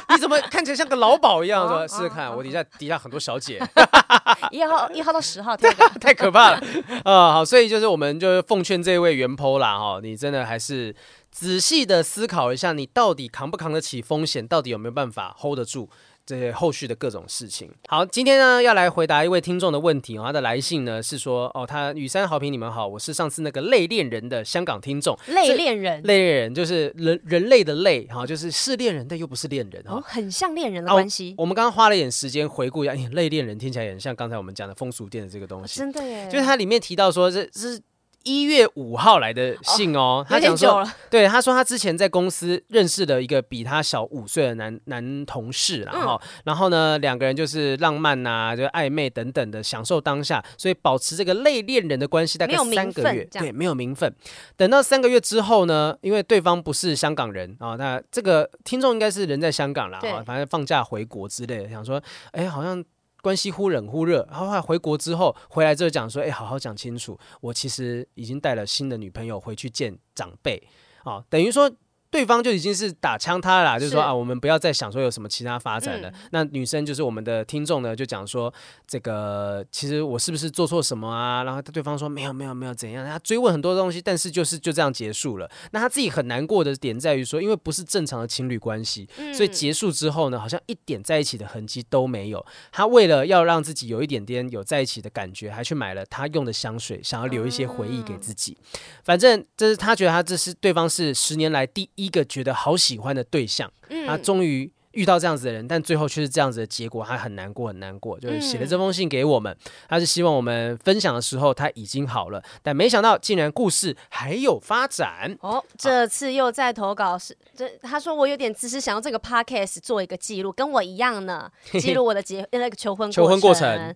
[SPEAKER 1] 你怎么看起来像个老鸨一样？
[SPEAKER 2] 哦
[SPEAKER 1] 说
[SPEAKER 2] 哦
[SPEAKER 1] 试试看，我底下底下很多小姐，啊
[SPEAKER 2] 一
[SPEAKER 1] 呃
[SPEAKER 2] 号一号到十号，跳 个
[SPEAKER 1] 太可怕了啊、好，所以就是我们就是奉劝这位袁剖啦哈，你真的还是仔细的思考一下，你到底扛不扛得起风险，到底有没有办法 hold 得住。这些后续的各种事情。好，今天呢要来回答一位听众的问题哦，他的来信呢是说，哦，他雨山好评你们好，我是上次那个类恋人的香港听众，
[SPEAKER 2] 类恋人，
[SPEAKER 1] 类恋人就是人人类的类哈、就是是恋人但又不是恋人哈、
[SPEAKER 2] 哦，很像恋人的
[SPEAKER 1] 啊
[SPEAKER 2] 关系，
[SPEAKER 1] 我们刚刚花了一点时间回顾一下，哎类恋人听起来也很像刚才我们讲的风俗店的这个东
[SPEAKER 2] 哦
[SPEAKER 1] 西，
[SPEAKER 2] 真的耶，
[SPEAKER 1] 就是它里面提到说这这是一月五号来的信哦，他
[SPEAKER 2] 有点
[SPEAKER 1] 讲
[SPEAKER 2] 久
[SPEAKER 1] 说，
[SPEAKER 2] 了，
[SPEAKER 1] 对，他说他之前在公司认识了一个比他小五岁的男男同事
[SPEAKER 2] 嗯
[SPEAKER 1] 啦，然后、然后呢，两个人就是浪漫呐、就暧昧等等的，享受当下，所以保持这个类恋人的关系大概
[SPEAKER 2] 没有
[SPEAKER 1] 三
[SPEAKER 2] 名
[SPEAKER 1] 个
[SPEAKER 2] 分
[SPEAKER 1] 月，
[SPEAKER 2] 这样
[SPEAKER 1] 对，没有名分。等到三个月之后呢，因为对方不是香港人啊，那这个听众应该是人在香港啦，
[SPEAKER 2] 对
[SPEAKER 1] 啊反正放假回国之类的，想说，哎，好像。关系忽冷忽热，然后后来回国之后回来之后讲说，哎，好好讲清楚，我其实已经带了新的女朋友回去见长辈，啊、等于说对方就已经是打枪他了啦，就是说
[SPEAKER 2] 是
[SPEAKER 1] 啊，我们不要再想说有什么其他发展了。
[SPEAKER 2] 嗯
[SPEAKER 1] 那女生就是我们的听众呢，就讲说这个其实我是不是做错什么啊？然后对方说没有没有没有怎样，他追问很多东西，但是就是就这样结束了。那他自己很难过的点在于说，因为不是正常的情侣关系，所以
[SPEAKER 2] 嗯
[SPEAKER 1] 结束之后呢，好像一点在一起的痕迹都没有。他为了要让自己有一点点有在一起的感觉，还去买了他用的香水，想要留一些回忆给
[SPEAKER 2] 哦
[SPEAKER 1] 自己。反正这是他觉得他这是对方是十年来第一个觉得好喜欢的对象，他
[SPEAKER 2] 嗯
[SPEAKER 1] 终于。遇到这样子的人，但最后却是这样子的结果，他很难过，很难过，就是写了
[SPEAKER 2] 嗯
[SPEAKER 1] 这封信给我们，他是希望我们分享的时候他已经好了，但没想到竟然故事还有发展。
[SPEAKER 2] 哦，这次又在投稿是这，他说我有点自私，想要这个 podcast 做一个记录，跟我一样 呢，记录我的结那个求婚
[SPEAKER 1] 求婚过程。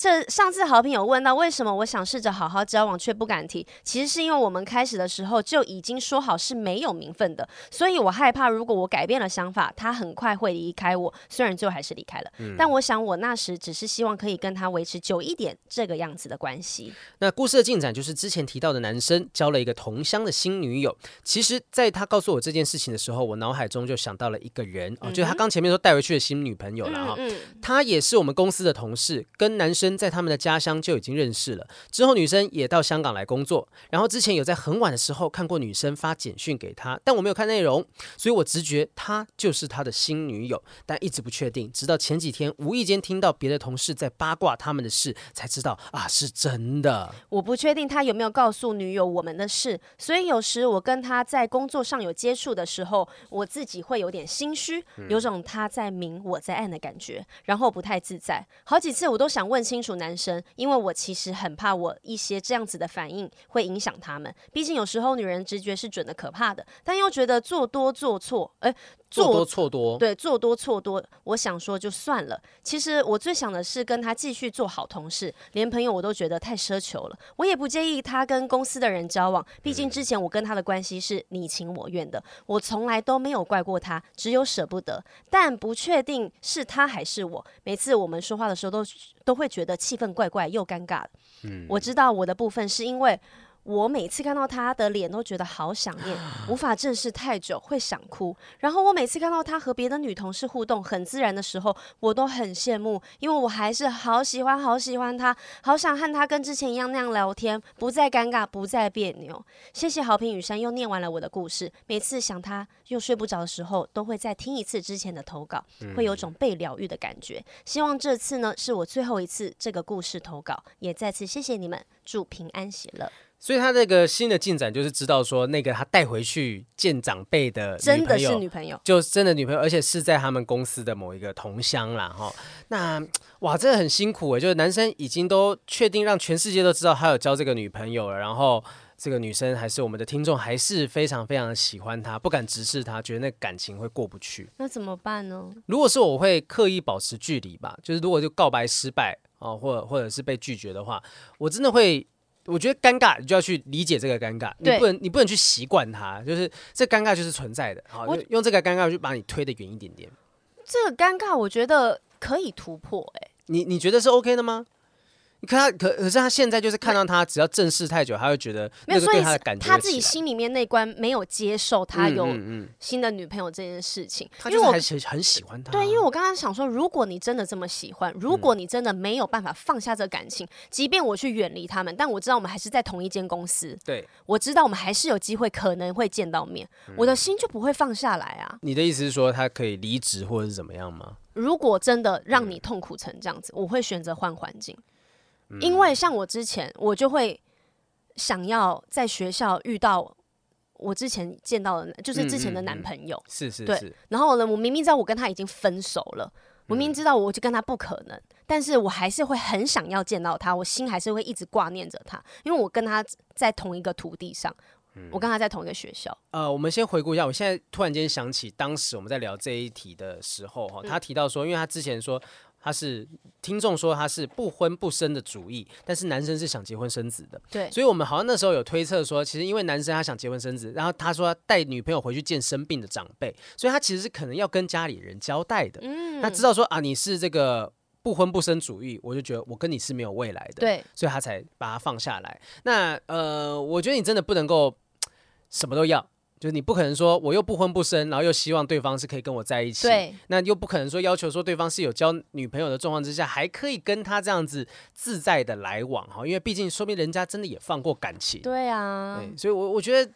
[SPEAKER 2] 这上次好评有问到为什么我想试着好好交往却不敢提，其实是因为我们开始的时候就已经说好是没有名分的，所以我害怕如果我改变了想法，他很快会离开我。虽然最后还是离开了，
[SPEAKER 1] 嗯
[SPEAKER 2] 但我想我那时只是希望可以跟他维持久一点这个样子的关系。
[SPEAKER 1] 那故事的进展就是之前提到的男生交了一个同乡的新女友。其实，在他告诉我这件事情的时候，我脑海中就想到了一个人哦，就是他刚前面说带回去的新女朋友
[SPEAKER 2] 嗯
[SPEAKER 1] 了哈、她也是我们公司的同事，跟男生在他们的家乡就已经认识了。之后女生也到香港来工作，然后之前有在很晚的时候看过女生发简讯给他，但我没有看内容，所以我直觉她就是他的新女友，但一直不确定。直到前几天无意间听到别的同事在八卦他们的事，才知道啊是真的。
[SPEAKER 2] 我不确定他有没有告诉女友我们的事，所以有时我跟他在工作上有接触的时候，我自己会有点心虚，
[SPEAKER 1] 嗯
[SPEAKER 2] 有种他在明我在暗的感觉，然后不太自在。好几次我都想问清楚男生，因为我其实很怕我一些这样子的反应会影响他们，毕竟有时候女人直觉是准的可怕的，但又觉得做多做错，哎、
[SPEAKER 1] 做多错多，
[SPEAKER 2] 对，做多错多，我想说就算了。其实我最想的是跟他继续做好同事，连朋友我都觉得太奢求了。我也不介意他跟公司的人交往，毕竟之前我跟他的关系是你情我愿的，我从来都没有怪过他，只有舍不得，但不确定是他还是我。每次我们说话的时候都都会觉得气氛怪怪又尴尬。嗯，我知道我的部分是因为。我每次看到他的脸都觉得好想念，无法正视太久，会想哭。然后我每次看到他和别的女同事互动很自然的时候，我都很羡慕，因为我还是好喜欢好喜欢他，好想和他跟之前一样那样聊天，不再尴尬，不再别扭。谢谢好评雨山又念完了我的故事，每次想他又睡不着的时候，都会再听一次之前的投稿，会有种被疗愈的感觉。希望这次呢是我最后一次这个故事投稿，也再次谢谢你们，祝平安喜乐。
[SPEAKER 1] 所以他这个新的进展就是知道说，那个他带回去见长辈的女
[SPEAKER 2] 真的
[SPEAKER 1] 朋
[SPEAKER 2] 是
[SPEAKER 1] 友
[SPEAKER 2] 女朋友。
[SPEAKER 1] 就真的女朋友，而且是在他们公司的某一个同乡啦，哈。那哇，真的很辛苦欸诶，就是男生已经都确定让全世界都知道他有交这个女朋友了，然后这个女生还是我们的听众，还是非常非常的喜欢他，不敢直视他，觉得那感情会过不去。
[SPEAKER 2] 那怎么办呢？
[SPEAKER 1] 如果是我会刻意保持距离吧，就是如果就告白失败哦，或者或者是被拒绝的话，我真的会。我觉得尴尬，你就要去理解这个尴尬，你
[SPEAKER 2] 对
[SPEAKER 1] 不能你不能去习惯它，就是这尴尬就是存在的，好
[SPEAKER 2] 我
[SPEAKER 1] 用用这个尴尬去把你推得远一点点。
[SPEAKER 2] 这个尴尬，我觉得可以突破、哎，
[SPEAKER 1] 你你觉得是 OK 的吗？你看他可可是他现在就是看到他只要正视太久，他会觉得
[SPEAKER 2] 没
[SPEAKER 1] 那
[SPEAKER 2] 有，
[SPEAKER 1] 个
[SPEAKER 2] 所
[SPEAKER 1] 对
[SPEAKER 2] 以
[SPEAKER 1] 他的感觉
[SPEAKER 2] 他
[SPEAKER 1] 会
[SPEAKER 2] 自己
[SPEAKER 1] 起来
[SPEAKER 2] 心里面那关没有接受他有
[SPEAKER 1] 嗯嗯嗯
[SPEAKER 2] 新的女朋友这件事情，
[SPEAKER 1] 他
[SPEAKER 2] 因
[SPEAKER 1] 就
[SPEAKER 2] 为
[SPEAKER 1] 是
[SPEAKER 2] 我
[SPEAKER 1] 还是很喜欢他啊，嗯
[SPEAKER 2] 对，因为我刚刚想说，如果你真的这么喜欢，如果你真的没有办法放下这感情，即便我去远离他们，但我知道我们还是在同一间公司，
[SPEAKER 1] 对
[SPEAKER 2] 我知道我们还是有机会可能会见到面，我
[SPEAKER 1] 嗯
[SPEAKER 2] 的心就不会放下来啊。
[SPEAKER 1] 你的意思是说他可以离职或者是怎么样吗？
[SPEAKER 2] 如果真的让
[SPEAKER 1] 嗯
[SPEAKER 2] 你痛苦成这样子，我会选择换环境，因为像我之前，我就会想要在学校遇到我之前见到的，就是之前的
[SPEAKER 1] 嗯嗯嗯
[SPEAKER 2] 男朋友。
[SPEAKER 1] 是是
[SPEAKER 2] 对
[SPEAKER 1] 是，
[SPEAKER 2] 然后呢，我明明知道我跟他已经分手了，我明明知道我就跟他不可能，但是我还是会很想要见到他，我心还是会一直挂念着他，因为我跟他在同一个土地上，
[SPEAKER 1] 嗯
[SPEAKER 2] 我跟他在同一个学校。
[SPEAKER 1] 呃，我们先回顾一下，我现在突然间想起，当时我们在聊这一题的时
[SPEAKER 2] 嗯
[SPEAKER 1] 候，哈，他提到说，因为他之前说他是听众说他是不婚不生的主义，但是男生是想结婚生子的，
[SPEAKER 2] 对，
[SPEAKER 1] 所以我们好像那时候有推测说，其实因为男生他想结婚生子，然后他说他带女朋友回去见生病的长辈，所以他其实是可能要跟家里人交代的。
[SPEAKER 2] 嗯
[SPEAKER 1] 他知道说啊，你是这个不婚不生主义，我就觉得我跟你是没有未来的，，
[SPEAKER 2] 对，
[SPEAKER 1] 所以他才把它放下来。那呃，我觉得你真的不能够什么都要。就是你不可能说我又不婚不生，然后又希望对方是可以跟我在一起，
[SPEAKER 2] 对，
[SPEAKER 1] 那又不可能说要求说对方是有交女朋友的状况之下，还可以跟他这样子自在的来往哈，因为毕竟说明人家真的也放过感情，
[SPEAKER 2] 对啊，
[SPEAKER 1] 对，所以我我觉得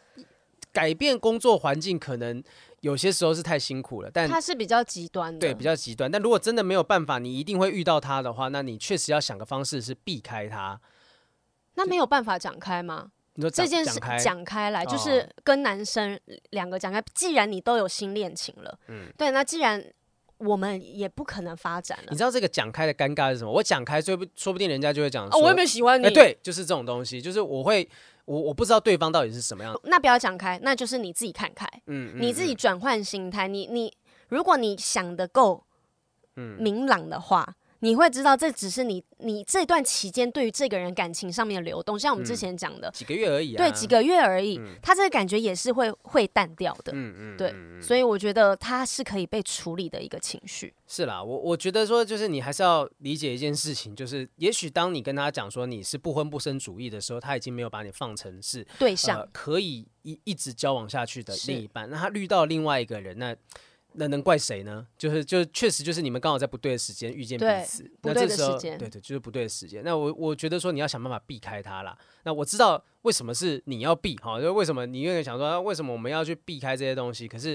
[SPEAKER 1] 改变工作环境可能有些时候是太辛苦了，但
[SPEAKER 2] 他是比较极端的，
[SPEAKER 1] 对比较极端。但如果真的没有办法，你一定会遇到他的话，那你确实要想个方式是避开他。
[SPEAKER 2] 那没有办法讲开吗？
[SPEAKER 1] 你说
[SPEAKER 2] 这
[SPEAKER 1] 讲
[SPEAKER 2] 件事
[SPEAKER 1] 讲开
[SPEAKER 2] 讲开来，就
[SPEAKER 1] 哦嗯
[SPEAKER 2] 是跟男生两个讲开。既然你都有新恋情了，对，那既然我们也不可能发展了
[SPEAKER 1] 你。知道这个讲开的尴尬是什么？我讲开，说不说不定人家就会讲
[SPEAKER 2] 哦，
[SPEAKER 1] 说
[SPEAKER 2] 我又没有喜欢
[SPEAKER 1] 哎，
[SPEAKER 2] 你。，
[SPEAKER 1] 对，就是这种东西，就是我会，我我不知道对方到底是什么样的，
[SPEAKER 2] 那不要讲开，那就是你自己看开，
[SPEAKER 1] 嗯，嗯
[SPEAKER 2] 哦你自己
[SPEAKER 1] 嗯
[SPEAKER 2] 转换心态。你你，如果你想的够
[SPEAKER 1] 嗯
[SPEAKER 2] 明朗的话。你会知道，这只是你你这段期间对于这个人感情上面的流动，像我们
[SPEAKER 1] 嗯
[SPEAKER 2] 之前讲的，
[SPEAKER 1] 几个月而已、啊，
[SPEAKER 2] 对，几，个月而已，他这个感觉也是会会淡掉的，
[SPEAKER 1] 嗯嗯，
[SPEAKER 2] 对
[SPEAKER 1] 嗯
[SPEAKER 2] 所以我觉得他是可以被处理的一个情绪。
[SPEAKER 1] 是啦，我我觉得说，就是你还是要理解一件事情，就是也许当你跟他讲说你是不婚不生主义的时候，他已经没有把你放成是
[SPEAKER 2] 对象、
[SPEAKER 1] 呃、可以一一直交往下去的
[SPEAKER 2] 是
[SPEAKER 1] 另一半，那他遇到另外一个人，那那能怪谁呢？就是就确实就是你们刚好在不对的时间遇见
[SPEAKER 2] 对
[SPEAKER 1] 彼此，
[SPEAKER 2] 不
[SPEAKER 1] 那
[SPEAKER 2] 对
[SPEAKER 1] 这
[SPEAKER 2] 的
[SPEAKER 1] 时候
[SPEAKER 2] 时间
[SPEAKER 1] 对对，就是不对的时间。那我我觉得说你要想办法避开他啦。那我知道为什么是你要避哈，就是为什么你永远想说啊为什么我们要去避开这些东西？可是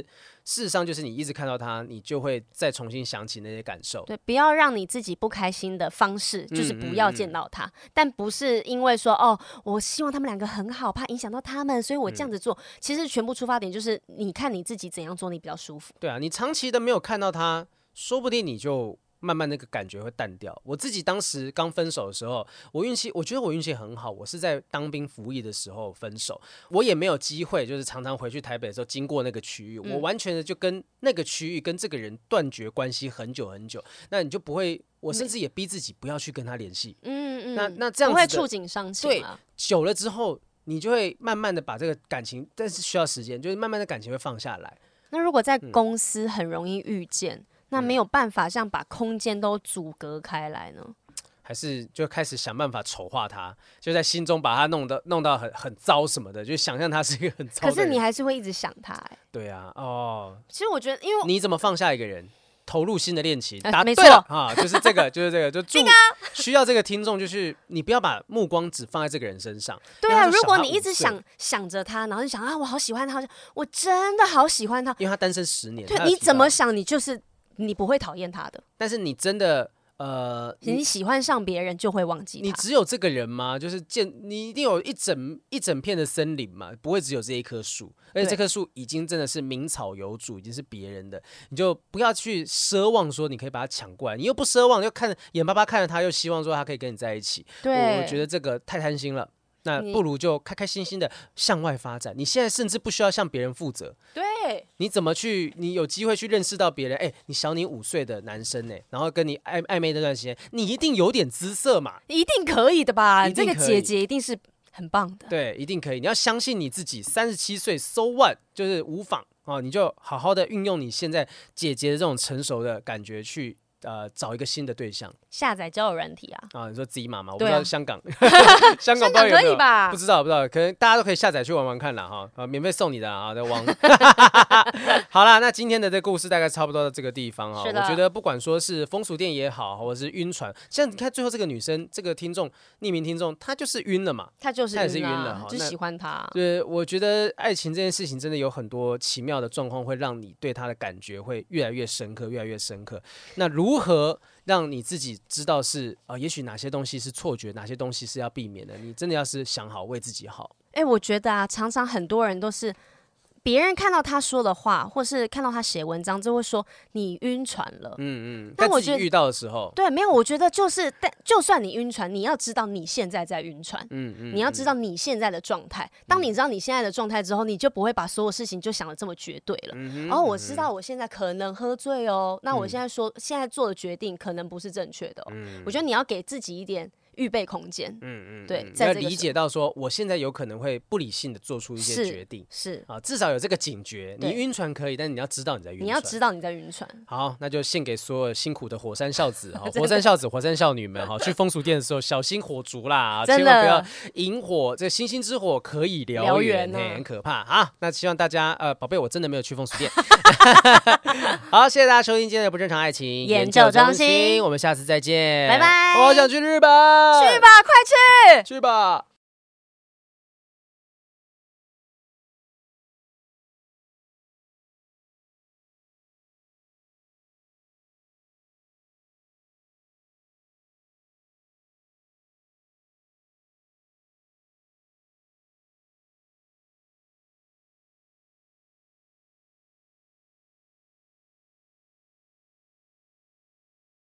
[SPEAKER 1] 事实上就是你一直看到他，你就会再重新想起那些感受。
[SPEAKER 2] 对，不要让你自己不开心的方式，就是
[SPEAKER 1] 嗯
[SPEAKER 2] 不
[SPEAKER 1] 嗯
[SPEAKER 2] 要
[SPEAKER 1] 嗯
[SPEAKER 2] 见到他。但不是因为说哦，我希望他们两个很好，怕影响到他们，所以我这
[SPEAKER 1] 嗯
[SPEAKER 2] 样子做。其实全部出发点就是你看你自己怎样做你比较舒服。
[SPEAKER 1] 对啊，你长期的没有看到他，说不定你就慢慢那个感觉会淡掉。我自己当时刚分手的时候，我运气，我觉得我运气很好，我是在当兵服役的时候分手，我也没有机会，就是常常回去台北的时候经过那个区域，我完全的就跟那个区域跟这个人断绝关系很久很久，那你就不会，我甚至也逼自己不要去跟他联系。
[SPEAKER 2] 嗯嗯，
[SPEAKER 1] 那那这样
[SPEAKER 2] 不会
[SPEAKER 1] 子的
[SPEAKER 2] 触景伤
[SPEAKER 1] 对
[SPEAKER 2] 情啊。
[SPEAKER 1] 久了之后，你就会慢慢的把这个感情，但是需要时间，就是慢慢的感情会放下来。
[SPEAKER 2] 那如果在
[SPEAKER 1] 嗯
[SPEAKER 2] 公司很容易遇见，那没有办法这样把空间都阻隔开来呢？
[SPEAKER 1] 还是就开始想办法丑化他，就在心中把他弄得弄到很很糟什么的，就想象他是一个很糟的
[SPEAKER 2] 可
[SPEAKER 1] 人。
[SPEAKER 2] 是你还是会一直想他、欸。
[SPEAKER 1] 对啊，哦，
[SPEAKER 2] 其实我觉得，因为
[SPEAKER 1] 你怎么放下一个人，投入新的恋情？
[SPEAKER 2] 呃
[SPEAKER 1] 答
[SPEAKER 2] 没
[SPEAKER 1] 对了
[SPEAKER 2] 错
[SPEAKER 1] 啊，就是 这个，就是这个，就祝需要这个听众，就是你不要把目光只放在这个人身上。
[SPEAKER 2] 对
[SPEAKER 1] 因为
[SPEAKER 2] 啊，
[SPEAKER 1] 他是
[SPEAKER 2] 如
[SPEAKER 1] 小
[SPEAKER 2] 果
[SPEAKER 1] 他
[SPEAKER 2] 你一
[SPEAKER 1] 五
[SPEAKER 2] 直
[SPEAKER 1] 岁
[SPEAKER 2] 想想着他，然后你想啊，我好喜欢他，好像我真的好喜欢他，
[SPEAKER 1] 因为他单身十年，
[SPEAKER 2] 对
[SPEAKER 1] 他，有
[SPEAKER 2] 你
[SPEAKER 1] 提
[SPEAKER 2] 怎
[SPEAKER 1] 到
[SPEAKER 2] 么？想，你就是你不会讨厌他的，
[SPEAKER 1] 但是你真的呃，
[SPEAKER 2] 你喜欢上别人就会忘记
[SPEAKER 1] 你
[SPEAKER 2] 他。
[SPEAKER 1] 只有这个人吗？就是见你一定有一整一整片的森林嘛，不会只有这一棵树，而且
[SPEAKER 2] 对
[SPEAKER 1] 这棵树已经真的是名草有主，已经是别人的，你就不要去奢望说你可以把它抢过来，你又不奢望，又看眼巴巴看着他，又希望说他可以跟你在一起，我
[SPEAKER 2] 对，
[SPEAKER 1] 我觉得这个太贪心了。那
[SPEAKER 2] 你
[SPEAKER 1] 不如就开开心心的向外发展。你现在甚至不需要向别人负责，
[SPEAKER 2] 对，
[SPEAKER 1] 你怎么去？你有机会去认识到别人？哎、你小你五岁的男生呢、然后跟你暧暧昧那段时间，你一定有点姿色嘛？
[SPEAKER 2] 一定可以的吧？
[SPEAKER 1] 一
[SPEAKER 2] 你这
[SPEAKER 1] 定
[SPEAKER 2] 个
[SPEAKER 1] 可以
[SPEAKER 2] 姐姐一定是很棒 的。
[SPEAKER 1] 对，一定可以。你要相信你自己，三十七岁，so what，就是无妨啊、哦你就好好的运用你现在姐姐的这种成熟的感觉去。呃，找一个新的对象
[SPEAKER 2] 下载交友软体啊，
[SPEAKER 1] 啊！你说自己妈妈，我不
[SPEAKER 2] 对
[SPEAKER 1] 知
[SPEAKER 2] 啊
[SPEAKER 1] 道香 港，香港不知道
[SPEAKER 2] 港
[SPEAKER 1] 有没
[SPEAKER 2] 可
[SPEAKER 1] 有
[SPEAKER 2] 以吧
[SPEAKER 1] 不？知道，不知道，可能大家都可以下载去玩玩看啦哈，啊，免费送你的啊，在 网。 好啦，那今天的这故事大概差不多到这个地方啊。
[SPEAKER 2] 是
[SPEAKER 1] 我
[SPEAKER 2] 的
[SPEAKER 1] 觉得不管说是风俗店也好，或者是晕船，像你看最后这个女生，这个听众匿名听众，她就是晕了嘛，
[SPEAKER 2] 他就是
[SPEAKER 1] 他也是
[SPEAKER 2] 啊
[SPEAKER 1] 晕了哈
[SPEAKER 2] 就
[SPEAKER 1] 那
[SPEAKER 2] 喜欢他。啊
[SPEAKER 1] 对，我觉得爱情这件事情真的有很多奇妙的状况，会让你对它的感觉会越来越深刻，越来越深刻。那如何让你自己知道是啊、呃也许哪些东西是错觉，哪些东西是要避免的？你真的要是想好，为自己好。
[SPEAKER 2] 哎、我觉得啊，常常很多人都是别人看到他说的话，或是看到他写文章，就会说你晕船了。
[SPEAKER 1] 嗯嗯，
[SPEAKER 2] 但
[SPEAKER 1] 但
[SPEAKER 2] 我
[SPEAKER 1] 自己
[SPEAKER 2] 觉得
[SPEAKER 1] 遇到的时候，
[SPEAKER 2] 对，没有，我觉得就是，但就算你晕船，你要知道你现在在晕船，
[SPEAKER 1] 嗯嗯，
[SPEAKER 2] 你要知道你现在的状态。当你知道你现在的状态之后，你就不会把所有事情就想的这么绝对了。
[SPEAKER 1] 嗯
[SPEAKER 2] 哦，我知道我现在可能喝醉哦，那我现在说、现在做的决定可能不是正确的、哦。我觉得你要给自己一点预备空间。
[SPEAKER 1] 嗯嗯嗯，
[SPEAKER 2] 对
[SPEAKER 1] 嗯
[SPEAKER 2] 在
[SPEAKER 1] 要
[SPEAKER 2] 这个
[SPEAKER 1] 理
[SPEAKER 2] 时
[SPEAKER 1] 解到说，我现在有可能会不理性的做出一些
[SPEAKER 2] 是
[SPEAKER 1] 决定
[SPEAKER 2] 是，
[SPEAKER 1] 啊，至少有这个警觉。你
[SPEAKER 2] 对
[SPEAKER 1] 晕船可以，但你要知道你在晕船。
[SPEAKER 2] 你要知道你在晕船。
[SPEAKER 1] 好，那就献给所有辛苦的火山孝 子哈，
[SPEAKER 2] 的
[SPEAKER 1] 火山孝子、火山孝女们哈，去风俗店的时候小心火烛啦，
[SPEAKER 2] 真
[SPEAKER 1] 千
[SPEAKER 2] 的
[SPEAKER 1] 万不要引火，这星星之火可以燎
[SPEAKER 2] 燎
[SPEAKER 1] 原
[SPEAKER 2] 原
[SPEAKER 1] 呢、
[SPEAKER 2] 啊
[SPEAKER 1] 很可怕啊。那希望大家呃，宝贝，我真的没有去风俗 店。好，谢谢大家收听今天的不正常爱情
[SPEAKER 2] 研究中心
[SPEAKER 1] 我们下次再见，
[SPEAKER 2] 拜拜
[SPEAKER 1] 我好想去日本，
[SPEAKER 2] 去吧，快去！
[SPEAKER 1] 去吧。